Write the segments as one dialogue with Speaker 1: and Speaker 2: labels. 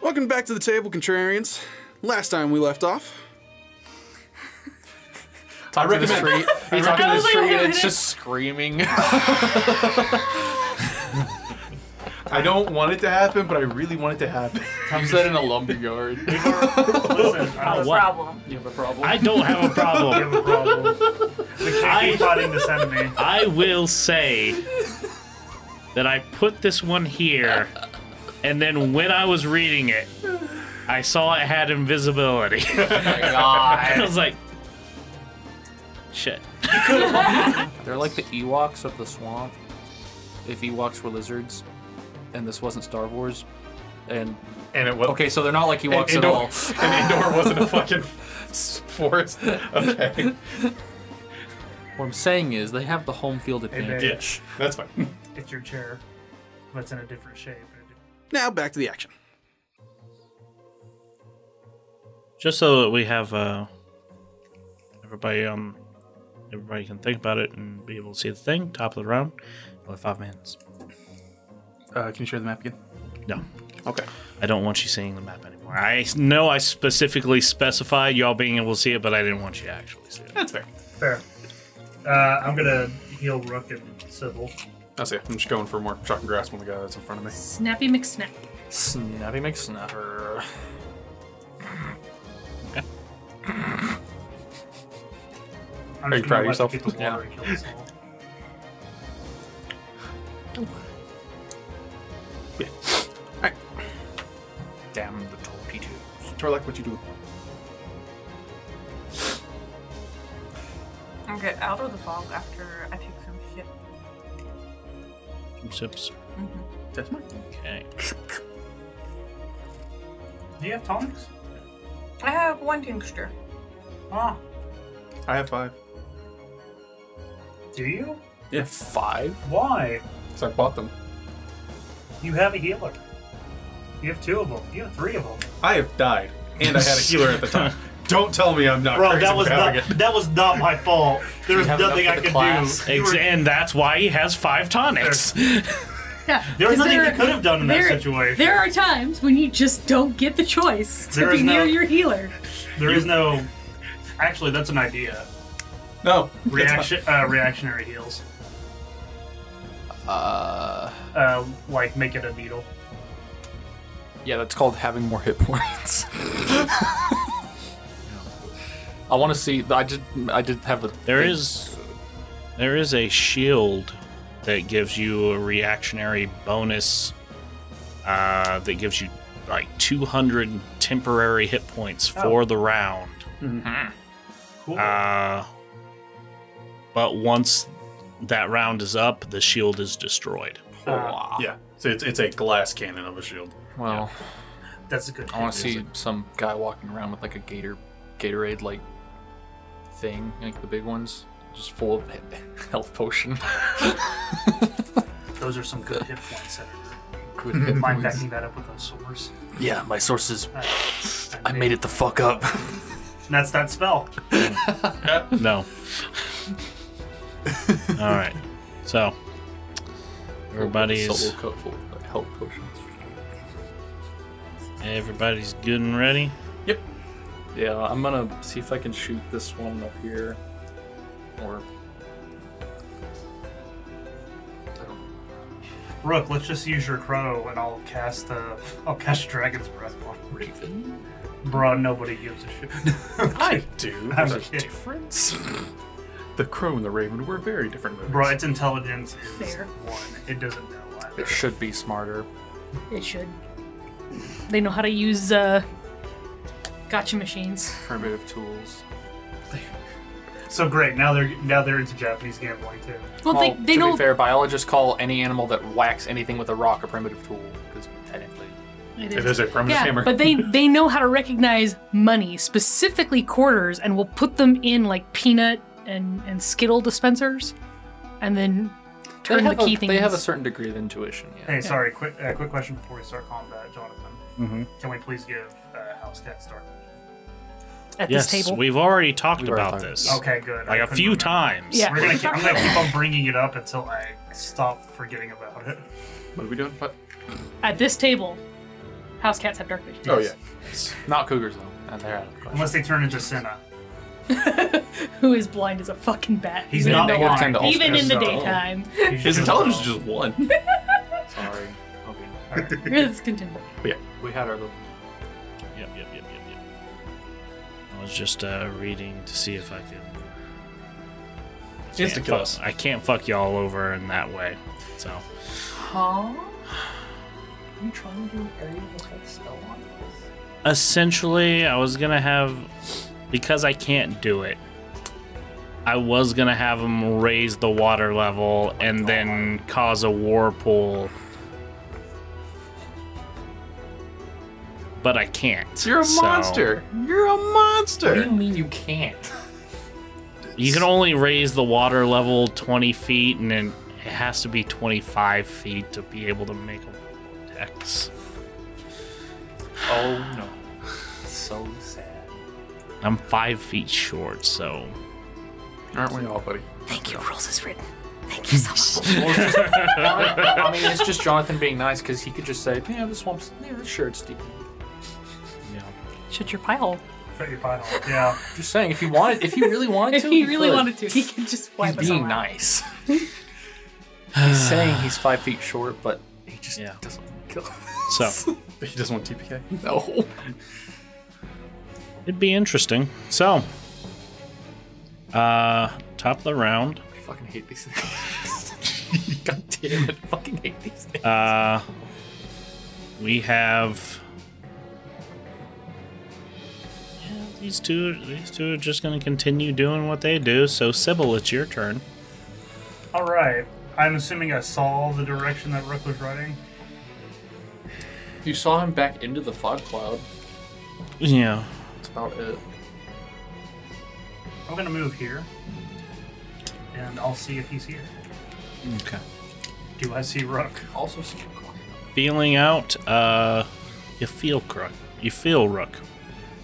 Speaker 1: Welcome back to the table, contrarians. Last time we left off,
Speaker 2: I
Speaker 3: to the
Speaker 2: recommend.
Speaker 3: street.
Speaker 2: I
Speaker 3: He's talking
Speaker 2: recommend-
Speaker 3: to the
Speaker 4: was like,
Speaker 3: street
Speaker 4: wait a
Speaker 3: and it's
Speaker 4: minute.
Speaker 3: just screaming.
Speaker 2: I don't want it to happen, but I really want it to happen.
Speaker 3: Tom's that in a lumberyard.
Speaker 4: Listen,
Speaker 5: I
Speaker 4: I
Speaker 5: have
Speaker 4: don't,
Speaker 5: a problem.
Speaker 3: You have a problem.
Speaker 4: I don't have a problem.
Speaker 5: have a problem. We can't keep fighting this enemy.
Speaker 4: I will say that I put this one here, and then when I was reading it, I saw it had invisibility.
Speaker 3: Oh my god.
Speaker 4: I was like, shit.
Speaker 3: They're like the Ewoks of the swamp. If Ewoks were lizards, and this wasn't Star Wars, and
Speaker 2: And it was
Speaker 3: okay, so they're not like
Speaker 2: And
Speaker 3: Ewoks at
Speaker 2: indoor,
Speaker 3: all.
Speaker 2: and indoor wasn't a fucking s- forest. Okay,
Speaker 3: What I'm saying is they have the home field advantage.
Speaker 2: that's fine.
Speaker 5: It's your chair, but it's in a different shape.
Speaker 1: now back to the action.
Speaker 4: Just so that we have uh, everybody on, everybody can think about it and be able to see the thing. Top of the round, only five minutes.
Speaker 2: Uh, can you share the map again?
Speaker 4: No,
Speaker 1: Okay.
Speaker 4: I don't want you seeing the map anymore. I s- know I specifically specified y'all being able to see it, but I didn't want you to actually see it.
Speaker 2: That's fair.
Speaker 5: Fair. Uh, I'm gonna heal Rook and Sybil.
Speaker 2: I see. I'm just going for more shock and grasp on the guy that's in front of me.
Speaker 5: Snappy McSnap.
Speaker 3: Snappy McSnapper.
Speaker 5: I'm
Speaker 2: Are you
Speaker 5: just gonna
Speaker 2: proud
Speaker 5: let
Speaker 2: of yourself?
Speaker 5: the water
Speaker 3: Yeah.
Speaker 5: and kill us all.
Speaker 3: Damn the torpedoes.
Speaker 2: Torlak, what you doing?
Speaker 6: I'll get out of the fog after I take some shit.
Speaker 4: Some sips.
Speaker 2: That's mine.
Speaker 4: Okay.
Speaker 5: Do you have tonics?
Speaker 6: I have one tincture.
Speaker 5: Ah,
Speaker 2: I have five.
Speaker 5: do you?
Speaker 3: Yeah, five.
Speaker 5: Why?
Speaker 2: So I bought them.
Speaker 5: You have a healer. You have two of them. You have three of them.
Speaker 2: I have died, and I had a healer at the time. Don't tell me I'm not
Speaker 5: Bro,
Speaker 2: crazy
Speaker 5: that was
Speaker 2: for
Speaker 5: not
Speaker 2: having it.
Speaker 5: that was not my fault. There was
Speaker 3: have enough
Speaker 5: nothing
Speaker 3: for
Speaker 5: I
Speaker 3: the
Speaker 5: could
Speaker 3: class.
Speaker 5: do. You
Speaker 4: Ex-
Speaker 5: were-
Speaker 4: and that's why he has five tonics.
Speaker 7: Yeah.
Speaker 5: There was
Speaker 7: 'cause
Speaker 5: nothing
Speaker 7: there-
Speaker 5: you could have done in that
Speaker 7: there-
Speaker 5: situation.
Speaker 7: There are times when you just don't get the choice to
Speaker 5: There
Speaker 7: be
Speaker 5: is no-
Speaker 7: near your healer.
Speaker 5: There is no. Actually, that's an idea.
Speaker 2: No
Speaker 5: Reaction, uh, reactionary heals.
Speaker 3: Uh,
Speaker 5: Uh, like make it a needle.
Speaker 3: yeah, that's called having more hit points. I want to see. I did. I did have a.
Speaker 4: There
Speaker 3: thing.
Speaker 4: is there is a shield that gives you a reactionary bonus uh, that gives you like 200 temporary hit points
Speaker 7: Oh.
Speaker 4: for the round.
Speaker 5: Cool.
Speaker 4: Uh, but once that round is up, the shield is destroyed.
Speaker 5: Uh,
Speaker 2: Yeah. So it's, it's a glass cannon of a shield.
Speaker 3: Well,
Speaker 5: that's a good.
Speaker 3: I want to
Speaker 5: thing.
Speaker 3: see some guy walking around with like a Gator, Gatorade like thing, like the big ones, just full of he- health potion.
Speaker 5: Those are some good hit points. Senator.
Speaker 3: Good hit
Speaker 5: Mind
Speaker 3: points.
Speaker 5: backing that up with those swords.
Speaker 3: Yeah, my sources.
Speaker 5: Uh,
Speaker 3: I made it the fuck up.
Speaker 5: And that's that spell.
Speaker 4: No. All right. So everybody's
Speaker 3: solo cup full of health potions.
Speaker 4: everybody's good and ready.
Speaker 3: Yeah, I'm gonna see if I can shoot this one up here, or
Speaker 5: Rook, let's just use your crow, and I'll cast. Uh, I'll cast Dragon's Breath on
Speaker 3: Raven.
Speaker 5: Bro, nobody gives a shit.
Speaker 2: I do.
Speaker 5: I'm
Speaker 2: There's a
Speaker 5: kidding.
Speaker 2: difference. the crow and the raven were very different movies.
Speaker 5: Bro, its intelligence is
Speaker 7: Fair.
Speaker 5: one. It doesn't know either.
Speaker 3: It should be smarter.
Speaker 7: It should. They know how to use uh, gotcha machines.
Speaker 3: Primitive tools.
Speaker 5: So great. Now they're now they're into Japanese gambling too.
Speaker 7: Well, they, they
Speaker 3: to
Speaker 7: know.
Speaker 3: be fair, biologists call any animal that whacks anything with a rock a primitive tool, because technically,
Speaker 7: It
Speaker 2: It
Speaker 7: is.
Speaker 2: is a permanent
Speaker 7: Yeah,
Speaker 2: hammer.
Speaker 7: but they they know how to recognize money, specifically quarters, and will put them in like peanut and and Skittle dispensers, and then turn
Speaker 3: they
Speaker 7: the
Speaker 3: have,
Speaker 7: key
Speaker 3: a,
Speaker 7: things.
Speaker 3: they have a certain degree of intuition. Yeah.
Speaker 5: Hey, sorry. Quick, uh, quick question before we start combat, Jonathan. Can we please give uh, House Cat start?
Speaker 7: at
Speaker 4: yes,
Speaker 7: this table.
Speaker 4: we've already talked
Speaker 3: We've already
Speaker 4: about
Speaker 3: talked-
Speaker 4: this.
Speaker 5: Okay, good. I
Speaker 4: Like a
Speaker 5: couldn't
Speaker 4: few
Speaker 5: remember.
Speaker 4: times.
Speaker 7: Yeah.
Speaker 5: We're gonna keep, I'm gonna keep on bringing it up until I stop forgetting about it.
Speaker 2: What are we doing? What?
Speaker 7: at this table, House cats have dark vision.
Speaker 2: Oh yeah.
Speaker 3: Not cougars though, and they're out of the question.
Speaker 5: Unless they turn into Senna.
Speaker 7: Who is blind as a fucking bat?
Speaker 5: He's
Speaker 7: even
Speaker 5: not
Speaker 7: in the-
Speaker 5: blind.
Speaker 3: to all
Speaker 7: even
Speaker 3: stats.
Speaker 7: in the
Speaker 5: so-
Speaker 7: daytime.
Speaker 5: He's
Speaker 3: His
Speaker 5: just-
Speaker 3: intelligence is just one.
Speaker 2: Sorry.
Speaker 5: Alright.
Speaker 7: Let's continue.
Speaker 3: we had our little.
Speaker 4: Yep, yep, yep, yep, yep. I was just uh, reading to see if I could. I can't
Speaker 2: Insta-kill
Speaker 4: fuck-
Speaker 2: us.
Speaker 4: I can't fuck y'all over in that way. So
Speaker 6: Huh?
Speaker 3: you trying to do area effect spell on this?
Speaker 4: essentially, I was gonna have because I can't do it. I was gonna have them raise the water level and then cause a whirlpool. But I can't.
Speaker 2: You're a
Speaker 4: so-
Speaker 2: monster. You're a
Speaker 3: What do you
Speaker 2: monster.
Speaker 3: mean you can't?
Speaker 4: You can only raise the water level 20 feet, and then it has to be 25 feet to be able to make a vortex.
Speaker 3: Oh no. So sad.
Speaker 4: I'm five feet short, so.
Speaker 2: Aren't we all, buddy?
Speaker 7: Thank you, rules is written. Thank you so much.
Speaker 3: Well, it's just- I mean, it's just Jonathan being nice because he could just say, "Yeah, the swamp's yeah, sure it's deep."
Speaker 4: Yeah.
Speaker 7: Shut your pie hole.
Speaker 5: Shut your pile. Yeah.
Speaker 3: Just saying, if he wanted, if he really wanted
Speaker 7: If
Speaker 3: to,
Speaker 7: he really
Speaker 3: could.
Speaker 7: wanted to, he could just wipe
Speaker 3: He's
Speaker 7: us all
Speaker 3: being
Speaker 7: out.
Speaker 3: nice. he's saying he's five feet short, but he just
Speaker 4: Yeah.
Speaker 3: doesn't kill.
Speaker 4: So,
Speaker 2: He doesn't want TPK.
Speaker 3: No.
Speaker 4: it'd be interesting. So, uh, top of the round.
Speaker 3: I fucking hate these things. God damn it! I fucking hate these things.
Speaker 4: Uh, we have. Yeah, These two, these two are just gonna continue doing what they do. So Sybil, it's your turn.
Speaker 5: All right. I'm assuming I saw the direction that Rook was running.
Speaker 3: You saw him back into the fog cloud.
Speaker 4: Yeah,
Speaker 3: That's about it.
Speaker 5: I'm gonna move here, and I'll see if he's here.
Speaker 4: Okay.
Speaker 5: Do I see Rook?
Speaker 3: Also, see him clock.
Speaker 4: feeling out. Uh, you feel crook. You feel rook.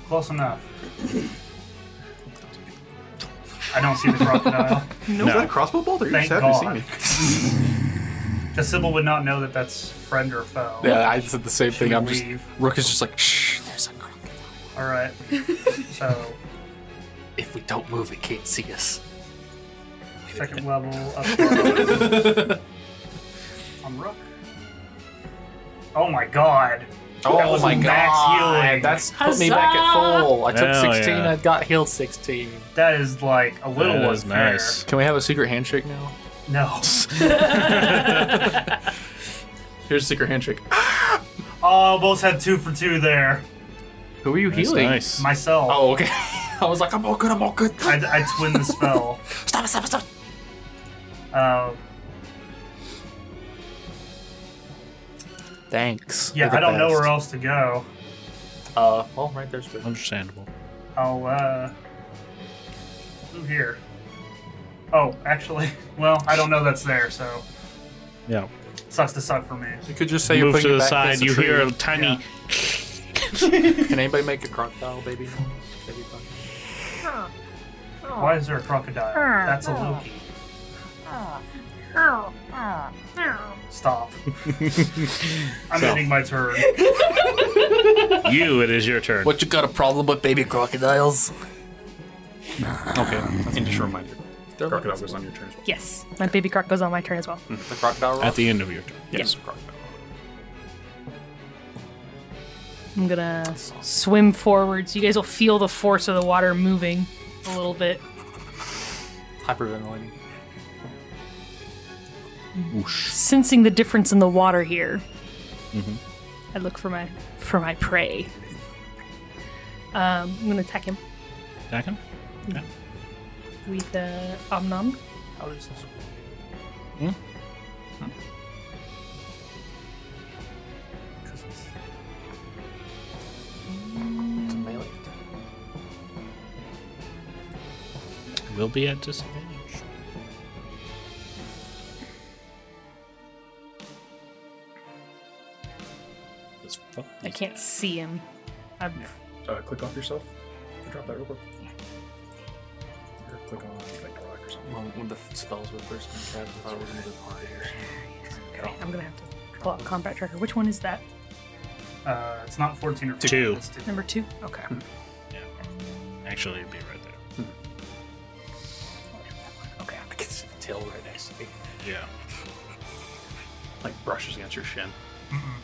Speaker 5: Close enough. I don't see the crocodile.
Speaker 2: Is that a crossbow bolt? Or you
Speaker 5: Thank
Speaker 2: just happy to see
Speaker 5: God.
Speaker 2: me?
Speaker 5: The Sybil would not know that that's friend or foe.
Speaker 3: Yeah, I said the same
Speaker 5: Should
Speaker 3: thing.
Speaker 5: we
Speaker 3: I'm just
Speaker 5: leave?
Speaker 3: Rook is just like, shh. There's a crook.
Speaker 5: All right. So
Speaker 3: If we don't move, it can't see us.
Speaker 5: second level up. I'm Rook. Oh my God.
Speaker 3: Oh
Speaker 5: That was
Speaker 3: my
Speaker 5: max
Speaker 3: god!
Speaker 5: healing.
Speaker 3: That's put me back at full. I took
Speaker 4: Hell
Speaker 3: 16.
Speaker 4: yeah.
Speaker 3: I got healed 16.
Speaker 5: That is like a little
Speaker 4: That is
Speaker 5: unfair.
Speaker 4: nice.
Speaker 3: Can we have a secret handshake now?
Speaker 5: No.
Speaker 2: Here's secret handshake.
Speaker 5: Oh, both had two for two there.
Speaker 3: Who are you
Speaker 4: That's
Speaker 3: healing?
Speaker 4: nice.
Speaker 5: Myself.
Speaker 3: Oh, okay. I was like, I'm all good. I'm all good.
Speaker 5: I, I twin the spell.
Speaker 3: Stop it! Stop it! Stop!
Speaker 5: Um,
Speaker 3: Thanks.
Speaker 5: yeah, I don't know where else to go.
Speaker 3: Uh, well, right there's. Good.
Speaker 4: Understandable.
Speaker 5: I'll uh move here. Oh, actually, well, I don't know that's there, so
Speaker 4: Yeah.
Speaker 5: sucks to suck for me.
Speaker 3: You could just say you're
Speaker 4: Move
Speaker 3: putting
Speaker 4: to the
Speaker 3: it back
Speaker 4: side.
Speaker 3: against the
Speaker 4: You hear a
Speaker 3: tree.
Speaker 4: tiny.
Speaker 5: Yeah.
Speaker 3: Can anybody make a crocodile baby noise? That'd be fun.
Speaker 6: Huh. Huh.
Speaker 5: Why is there a crocodile? That's a Loki.
Speaker 6: Huh. Huh. Huh. Huh.
Speaker 5: Stop. I'm ending my turn.
Speaker 4: You. It is your turn.
Speaker 3: What you got a problem with baby crocodiles?
Speaker 2: Okay. And just a reminder.
Speaker 3: They're
Speaker 2: Crocodile goes on your turn as well.
Speaker 7: Yes, my baby croc goes on my turn as well.
Speaker 3: The crocodile.
Speaker 4: At the end of your turn.
Speaker 2: Yes. Crocodile.
Speaker 7: I'm gonna swim forward, so you guys will feel the force of the water moving a little bit.
Speaker 3: hyperventilating.
Speaker 7: Sensing the difference in the water here, I look for my for my prey. Um, I'm gonna attack him
Speaker 4: Attack him.
Speaker 7: with the omnom.
Speaker 3: How does this?
Speaker 4: Hmm?
Speaker 3: Because it's. It's a melee.
Speaker 4: Will be at disadvantage. Let's fuck
Speaker 7: I
Speaker 4: these-
Speaker 7: can't see him. I'm,
Speaker 2: Uh, click off yourself. Can you drop that real quick. Or click on like the rock or something.
Speaker 3: Well, when the f- spells were first being trapped, I thought it was going to be hard.
Speaker 7: I'm gonna have to pull out combat tracker. Which one is that?
Speaker 5: Uh, it's not 14 or 15.
Speaker 4: Two.
Speaker 5: It's two.
Speaker 7: Number two? Okay.
Speaker 5: Hmm.
Speaker 4: Actually, it'd be right there.
Speaker 3: Okay, I can see the tail right next to me.
Speaker 4: Yeah.
Speaker 3: Like brushes against your shin.
Speaker 5: Mm-mm.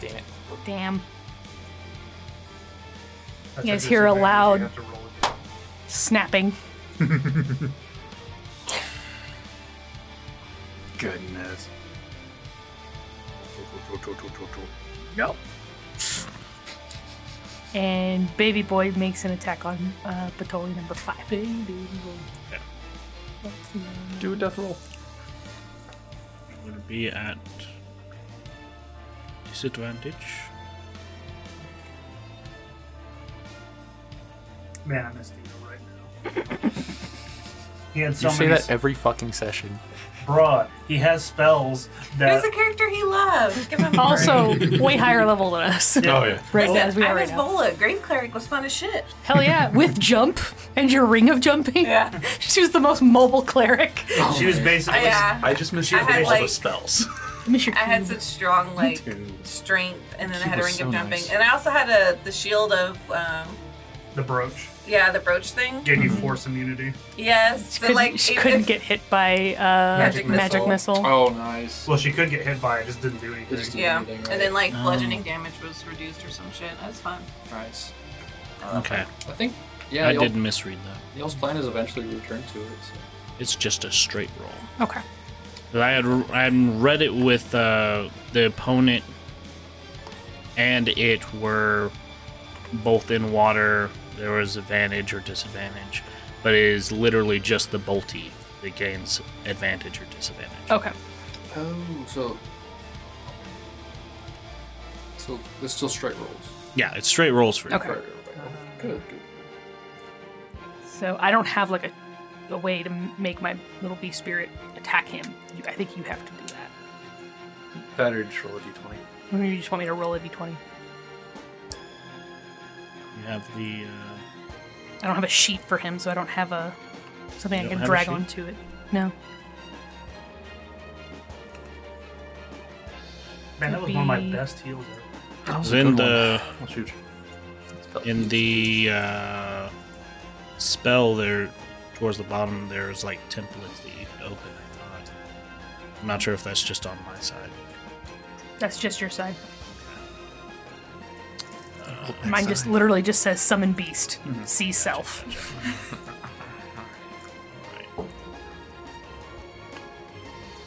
Speaker 3: Damn it.
Speaker 7: Damn.
Speaker 5: That's
Speaker 7: You guys hear a
Speaker 5: disadvantage.
Speaker 7: loud-
Speaker 5: You have to roll again.
Speaker 7: Snapping.
Speaker 2: Goodness.
Speaker 7: No. And baby boy makes an attack on uh, Batoli number five. Baby boy.
Speaker 4: Yeah.
Speaker 7: What's the name?
Speaker 3: Do a death roll.
Speaker 4: Would it be at disadvantage?
Speaker 5: Man, I missed Eno right now. he had so
Speaker 3: You say
Speaker 5: many
Speaker 3: that every fucking session.
Speaker 5: broad. He has spells that
Speaker 8: Who's the character he loved? Give him
Speaker 7: Also, way higher level than us.
Speaker 2: Oh,
Speaker 5: Yeah.
Speaker 3: yeah.
Speaker 7: Right
Speaker 8: I
Speaker 7: as we are right
Speaker 8: was
Speaker 7: now.
Speaker 8: Vola. Green cleric was fun as shit.
Speaker 7: Hell yeah. With jump and your ring of jumping.
Speaker 8: Yeah.
Speaker 7: She was the most mobile cleric.
Speaker 5: she was
Speaker 6: Oh,
Speaker 5: basically.
Speaker 8: yeah.
Speaker 9: I just missed
Speaker 8: I
Speaker 9: you
Speaker 8: had,
Speaker 9: all
Speaker 8: like-
Speaker 9: the spells.
Speaker 7: Miss your
Speaker 8: I had
Speaker 7: key.
Speaker 8: such strong like
Speaker 2: Dude.
Speaker 8: strength, and then I
Speaker 3: She
Speaker 8: had a
Speaker 3: was
Speaker 8: ring
Speaker 3: so
Speaker 8: of jumping,
Speaker 3: nice.
Speaker 8: and I also had a the shield of um,
Speaker 5: The brooch
Speaker 8: yeah the brooch thing.
Speaker 5: gave you force immunity.
Speaker 8: Yes, so
Speaker 7: couldn't,
Speaker 8: like
Speaker 7: she
Speaker 8: if-
Speaker 7: couldn't
Speaker 8: if-
Speaker 7: get hit by uh,
Speaker 5: Magic
Speaker 7: magic missile.
Speaker 8: missile.
Speaker 9: Oh, nice.
Speaker 5: Well, she could get hit by it, just didn't do anything.
Speaker 9: Just-
Speaker 8: yeah,
Speaker 9: anything, right?
Speaker 8: and then like bludgeoning damage was reduced or some shit. That's fun.
Speaker 9: Nice.
Speaker 3: Uh,
Speaker 4: Okay.
Speaker 9: I think. Yeah,
Speaker 4: I
Speaker 9: y'all,
Speaker 4: did misread that.
Speaker 9: y'all's plan is eventually to return to it. So.
Speaker 4: It's just a straight
Speaker 5: Oh.
Speaker 4: roll.
Speaker 7: Okay.
Speaker 4: But I had I had read it with uh, the opponent, and it were both in water. There was advantage or disadvantage, but it is literally just the bolty that gains advantage or disadvantage.
Speaker 7: Okay.
Speaker 9: Oh, so. So there's still straight rolls.
Speaker 4: Yeah, it's straight rolls for you.
Speaker 7: Okay.
Speaker 9: Right, right, right. Good, good.
Speaker 7: So I don't have like a, a way to m- make my little bee spirit attack him. You, I think you have to do that.
Speaker 9: Better just roll a d20.
Speaker 7: Or you just want me to roll a d20.
Speaker 4: You have the. Uh,
Speaker 7: I don't have a sheet for him, so I don't have a something
Speaker 4: You don't
Speaker 7: I can
Speaker 4: have a
Speaker 7: drag
Speaker 4: sheet?
Speaker 7: onto it. No.
Speaker 5: Man, that was one of my best heals ever.
Speaker 9: That was a
Speaker 4: in
Speaker 9: good one.
Speaker 4: the
Speaker 9: Oh, shoot.
Speaker 4: in the uh, spell there towards the bottom there's like templates that you can open I thought. I'm not sure if that's just on my side.
Speaker 7: That's just your side. Mine just literally just says summon beast,
Speaker 4: Mm-hmm.
Speaker 7: see self.
Speaker 4: Alright.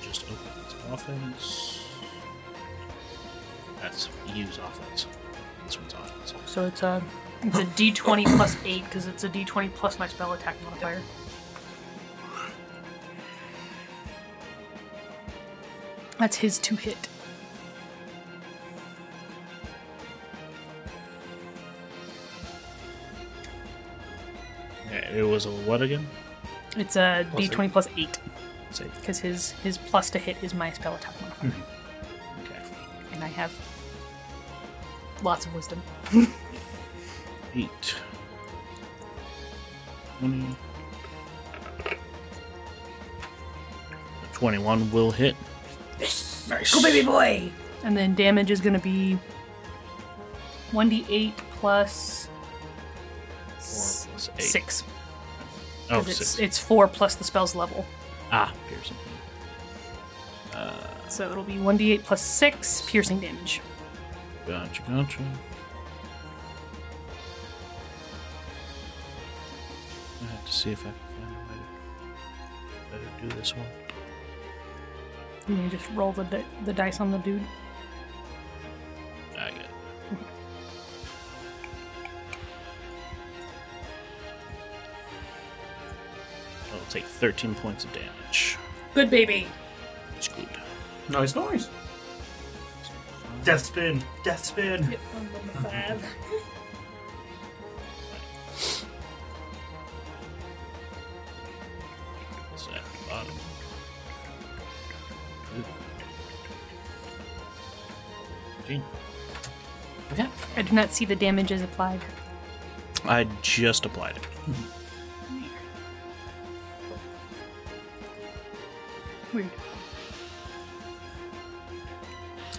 Speaker 4: Just open its offense. That's use offense. This one's offense.
Speaker 7: So it's a it's a d20 plus eight because it's a d20 plus my spell attack modifier. That's his two hit.
Speaker 4: Yeah, it was a what again?
Speaker 7: It's a d20 plus eight
Speaker 4: Save.
Speaker 7: because his his plus to hit is my spell attack modifier,
Speaker 4: Okay.
Speaker 7: and I have lots of wisdom.
Speaker 4: Eight. Twenty. Twenty-one will hit.
Speaker 8: Go baby boy.
Speaker 7: And then damage is going to be 1d8 plus
Speaker 4: Four plus eight.
Speaker 7: 6.
Speaker 4: Oh,
Speaker 7: 'cause it's,
Speaker 4: six.
Speaker 7: it's 4 plus the spell's level.
Speaker 4: ah, piercing.
Speaker 7: So it'll be 1d8 plus 6 piercing damage.
Speaker 4: Gotcha, gotcha. I have to see if I can find a way to better do this one.
Speaker 7: And you just roll the, di- the dice on the dude.
Speaker 4: I get it. I'll take 13 points of damage.
Speaker 7: Good baby.
Speaker 4: It's good.
Speaker 9: Nice noise.
Speaker 5: Death spin, death spin.
Speaker 4: It's at the bottom. Fifteen.
Speaker 7: I do not see the damage as applied.
Speaker 4: I just applied it.
Speaker 7: Weird.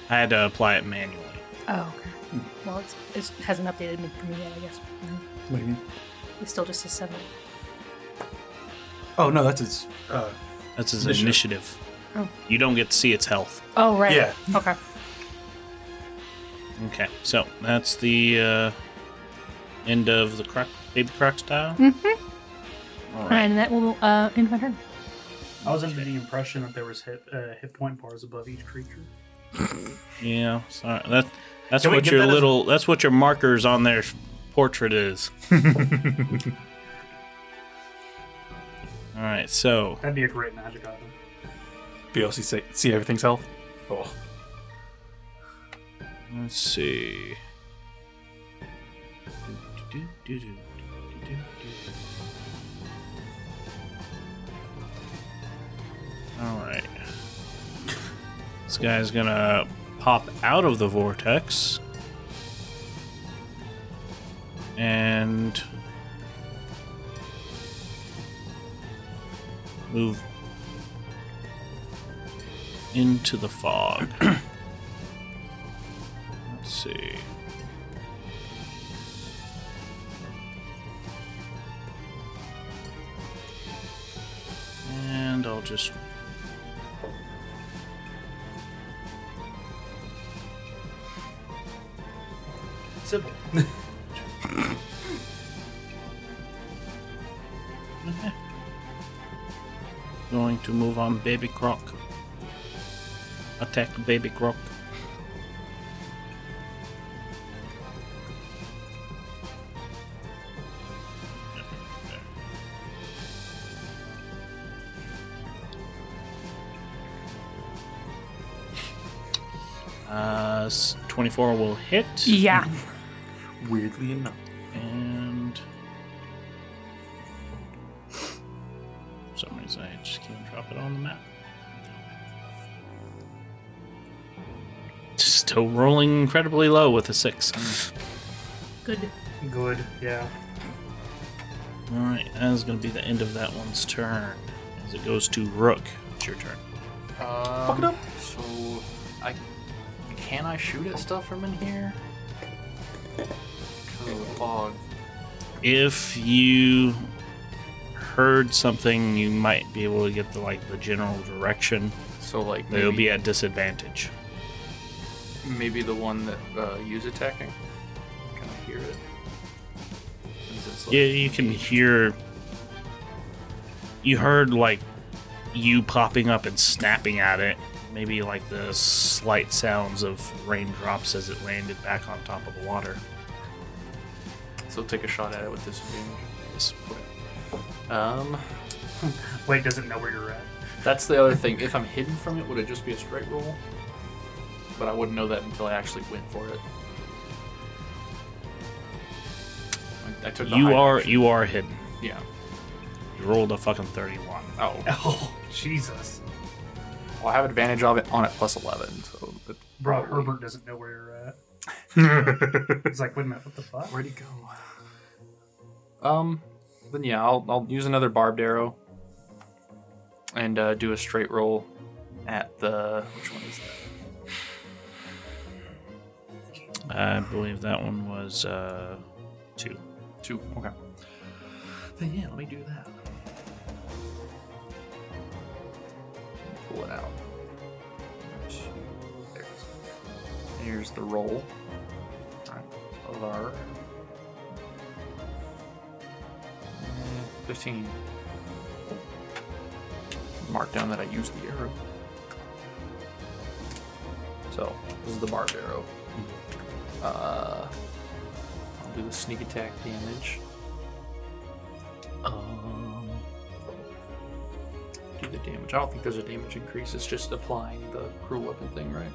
Speaker 4: I had to apply it manually.
Speaker 7: Oh, okay. Well, it's, it's, it hasn't updated me for me yet, I guess. No.
Speaker 9: What do you mean?
Speaker 7: It still just says seven.
Speaker 9: Oh no, that's its. Uh,
Speaker 4: That's his
Speaker 9: Initiative.
Speaker 4: initiative.
Speaker 7: Oh.
Speaker 4: You don't get to see its health.
Speaker 7: Oh, right.
Speaker 9: Yeah.
Speaker 7: Okay.
Speaker 4: Okay, so that's the uh, end of the croc- baby croc style. All right.
Speaker 7: And that will uh, end my turn.
Speaker 5: I was under the impression that there was hit, uh, hit point bars above each creature.
Speaker 4: Yeah, sorry. That, that's
Speaker 9: Can we
Speaker 4: what
Speaker 9: get
Speaker 4: your
Speaker 9: that as-
Speaker 4: little that's what your markers on their portrait is. All right, so
Speaker 5: That'd be a great magic item.
Speaker 9: BLC say, see everything's health. Oh,
Speaker 4: let's see. All right. This guy's gonna pop out of the vortex. And move into the fog. Let's see. And I'll just
Speaker 5: Simple.
Speaker 4: Going to move on Baby Croc. Attack Baby Croc. Uh, s- 24 will hit.
Speaker 7: Yeah.
Speaker 9: weirdly enough.
Speaker 4: And for some reason I just can't drop it on the map. Still rolling incredibly low with a six.
Speaker 7: Good.
Speaker 5: Good, yeah.
Speaker 4: All right, that is going to be the end of that one's turn. As it goes to Rook, it's your turn.
Speaker 3: Fuck it up. Um, So, I can I shoot at stuff from in here? 'Cause of the fog.
Speaker 4: If you heard something, you might be able to get the like the general direction.
Speaker 3: So like
Speaker 4: But It'll
Speaker 3: maybe
Speaker 4: be at disadvantage.
Speaker 3: maybe the one that uh, you's attacking. Can I hear it? Since it's like,
Speaker 4: Yeah, you can hear. You heard like you popping up and snapping at it. Maybe like the slight sounds of raindrops as it landed back on top of the water.
Speaker 3: So take a shot at it with disadvantage.
Speaker 4: Yes.
Speaker 3: Um,
Speaker 5: Wade doesn't know where you're at.
Speaker 3: that's the other thing. If I'm hidden from it, would it just be a straight roll? But I wouldn't know that until I actually went for it. I, I took the
Speaker 4: You
Speaker 3: high
Speaker 4: are
Speaker 3: action.
Speaker 4: you are hidden.
Speaker 3: yeah.
Speaker 4: You rolled a fucking thirty-one.
Speaker 3: Oh,
Speaker 5: Oh, Jesus.
Speaker 3: well, I have advantage of it on it plus eleven. So but
Speaker 5: Bro, Herbert doesn't know where you're at. He's like, wait a minute, what the fuck?
Speaker 3: where'd he go? Um, then yeah, I'll I'll use another barbed arrow and uh, do a straight roll at the which one is that?
Speaker 4: I believe that one was uh, two.
Speaker 3: Two. Okay. Then yeah, let me do that. Pull it out. There's, there's the roll. Alright. Alar. Mm, Fifteen. Mark down that I used the arrow. So this is the barbed arrow. Uh I'll do the sneak attack damage. Um, do the damage. I don't think there's a damage increase. It's just applying the cruel weapon thing, right?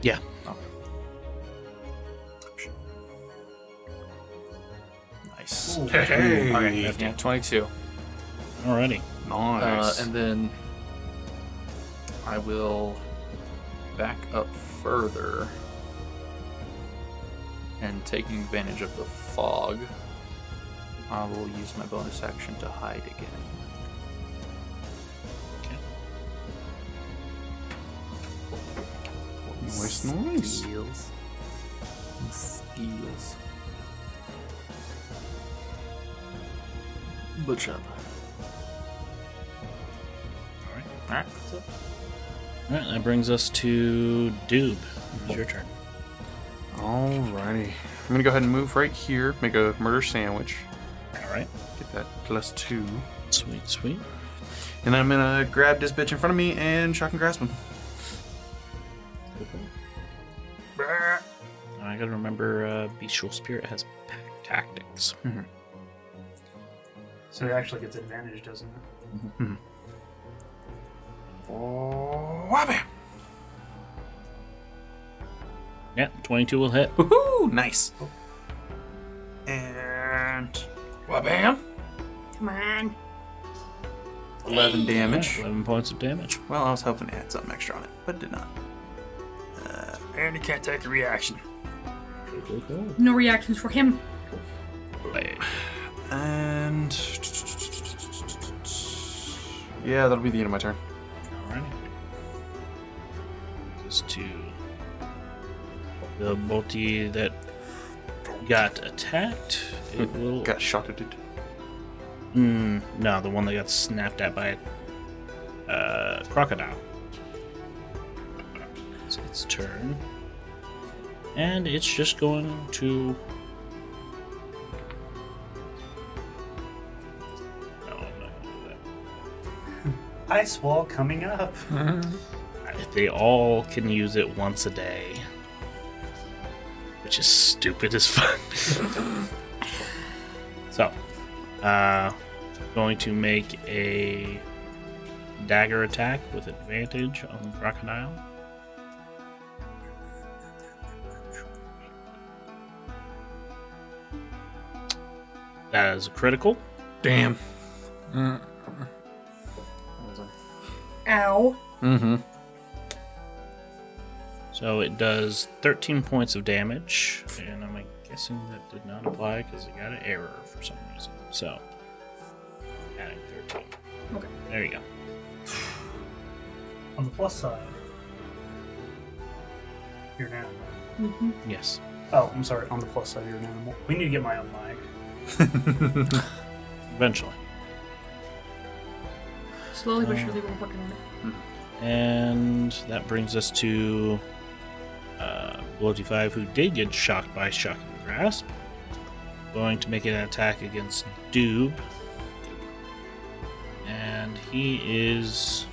Speaker 4: Yeah.
Speaker 3: Okay. Nice.
Speaker 5: Ooh.
Speaker 9: Hey.
Speaker 3: Okay, yeah, 22.
Speaker 4: Alrighty.
Speaker 9: Nice.
Speaker 3: Uh, and then I will back up further and taking advantage of the fog, I will use my bonus action to hide again.
Speaker 4: Okay.
Speaker 1: Nice.
Speaker 9: Skills. Skills.
Speaker 3: Butch up.
Speaker 4: Alright.
Speaker 3: Alright.
Speaker 4: Alright, that brings us to Doob. It's your turn.
Speaker 1: Alrighty. I'm gonna go ahead and move right here, make a murder sandwich,
Speaker 4: Alright.
Speaker 1: get that plus two.
Speaker 4: Sweet, sweet.
Speaker 1: And then I'm gonna grab this bitch in front of me and shock and grasp him.
Speaker 4: I gotta remember uh, Bestial Spirit has pack tactics.
Speaker 5: So it actually gets advantage, doesn't it?
Speaker 4: Yeah, 22 will hit.
Speaker 1: Woohoo! Nice. And wabam!
Speaker 6: Come on.
Speaker 1: Eleven damage.
Speaker 4: 11 points of damage.
Speaker 1: Well, I was hoping to add something extra on it, but did not. Uh, and he can't take a reaction.
Speaker 7: No reactions for him.
Speaker 1: And yeah, that'll be the end of my turn.
Speaker 4: Alright. Just to the multi that got attacked. It will.
Speaker 1: Got shotted.
Speaker 4: Mm, no, the one that got snapped at by a uh, crocodile. It's its turn. And it's just going to. oh, No, I'm not going to do that.
Speaker 5: Ice wall coming up.
Speaker 4: They all can use it once a day. Which is stupid as fuck. so, uh, going to make a dagger attack with advantage on the crocodile. That is critical.
Speaker 9: Damn.
Speaker 7: Ow.
Speaker 1: Mm-hmm.
Speaker 4: So it does 13 points of damage, and I'm guessing that did not apply because it got an error for some reason. So adding 13.
Speaker 7: Okay.
Speaker 4: There you go.
Speaker 5: On the plus side, you're an animal.
Speaker 4: Yes.
Speaker 5: Oh, I'm sorry. On the plus side, you're an animal. We need to get my own mic.
Speaker 4: Eventually.
Speaker 7: Slowly but surely we're working on it.
Speaker 4: And that brings us to uh, Bloaty 5, who did get shocked by Shock and Grasp. Going to make an attack against Doob. And he is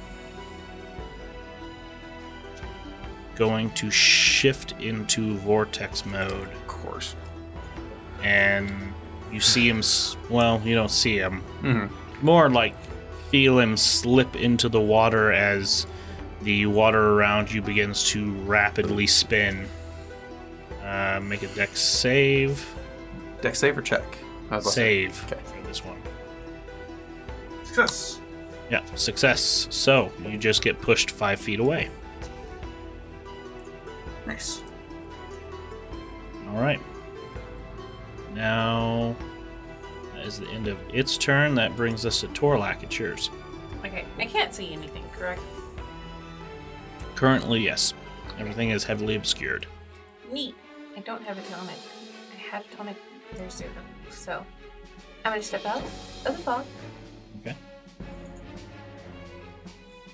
Speaker 4: going to shift into Vortex mode.
Speaker 1: Of course.
Speaker 4: And you see him, s- well, you don't see him,
Speaker 1: Mm-hmm.
Speaker 4: more like feel him slip into the water as the water around you begins to rapidly spin. Uh, make a dex save.
Speaker 1: Deck saver check. I was about to say-
Speaker 4: Save
Speaker 1: Okay.
Speaker 4: for this one.
Speaker 2: Success.
Speaker 4: Yeah, success. So you just get pushed five feet away.
Speaker 2: Nice.
Speaker 4: All right. Now that is the end of its turn. That brings us to Torlac. It's yours.
Speaker 8: Okay, I can't see anything, correct?
Speaker 4: Currently, yes. Everything is heavily obscured.
Speaker 8: Neat. I don't have a tonic. I had a tonic Thursday, though, so I'm gonna step out of the fog.
Speaker 4: Okay.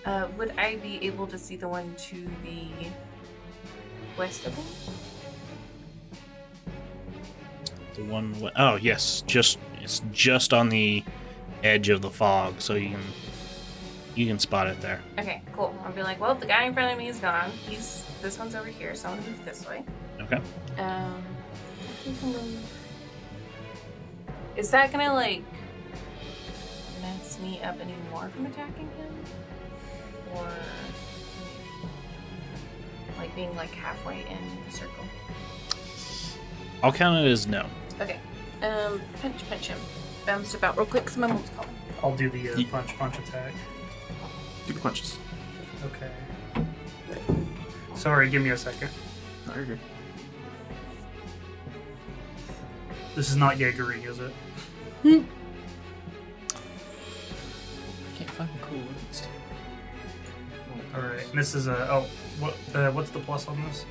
Speaker 8: Uh, would I be able to see the one to the west of it?
Speaker 4: The one. wi- Oh yes, just it's just on the edge of the fog, so you can you can spot it there.
Speaker 8: Okay, cool. I'll be like, well, the guy in front of me is gone. He's this one's over here, so I'm gonna move this way.
Speaker 4: Okay.
Speaker 8: Um, I think I'm gonna- is that gonna like mess me up any more from attacking him, or like being like halfway in the circle?
Speaker 4: I'll count it as no.
Speaker 8: Okay. Um, punch, punch him. Bounce about real quick because my mom's calling.
Speaker 5: I'll do the uh,
Speaker 4: Ye-
Speaker 5: punch punch attack.
Speaker 1: Do the punches.
Speaker 5: Okay. Sorry, give me a second.
Speaker 1: No, you're good.
Speaker 5: This is not Jaegery, is it?
Speaker 9: I can't find the cool ones.
Speaker 5: All right. And this is a oh, what uh, what's the plus on this?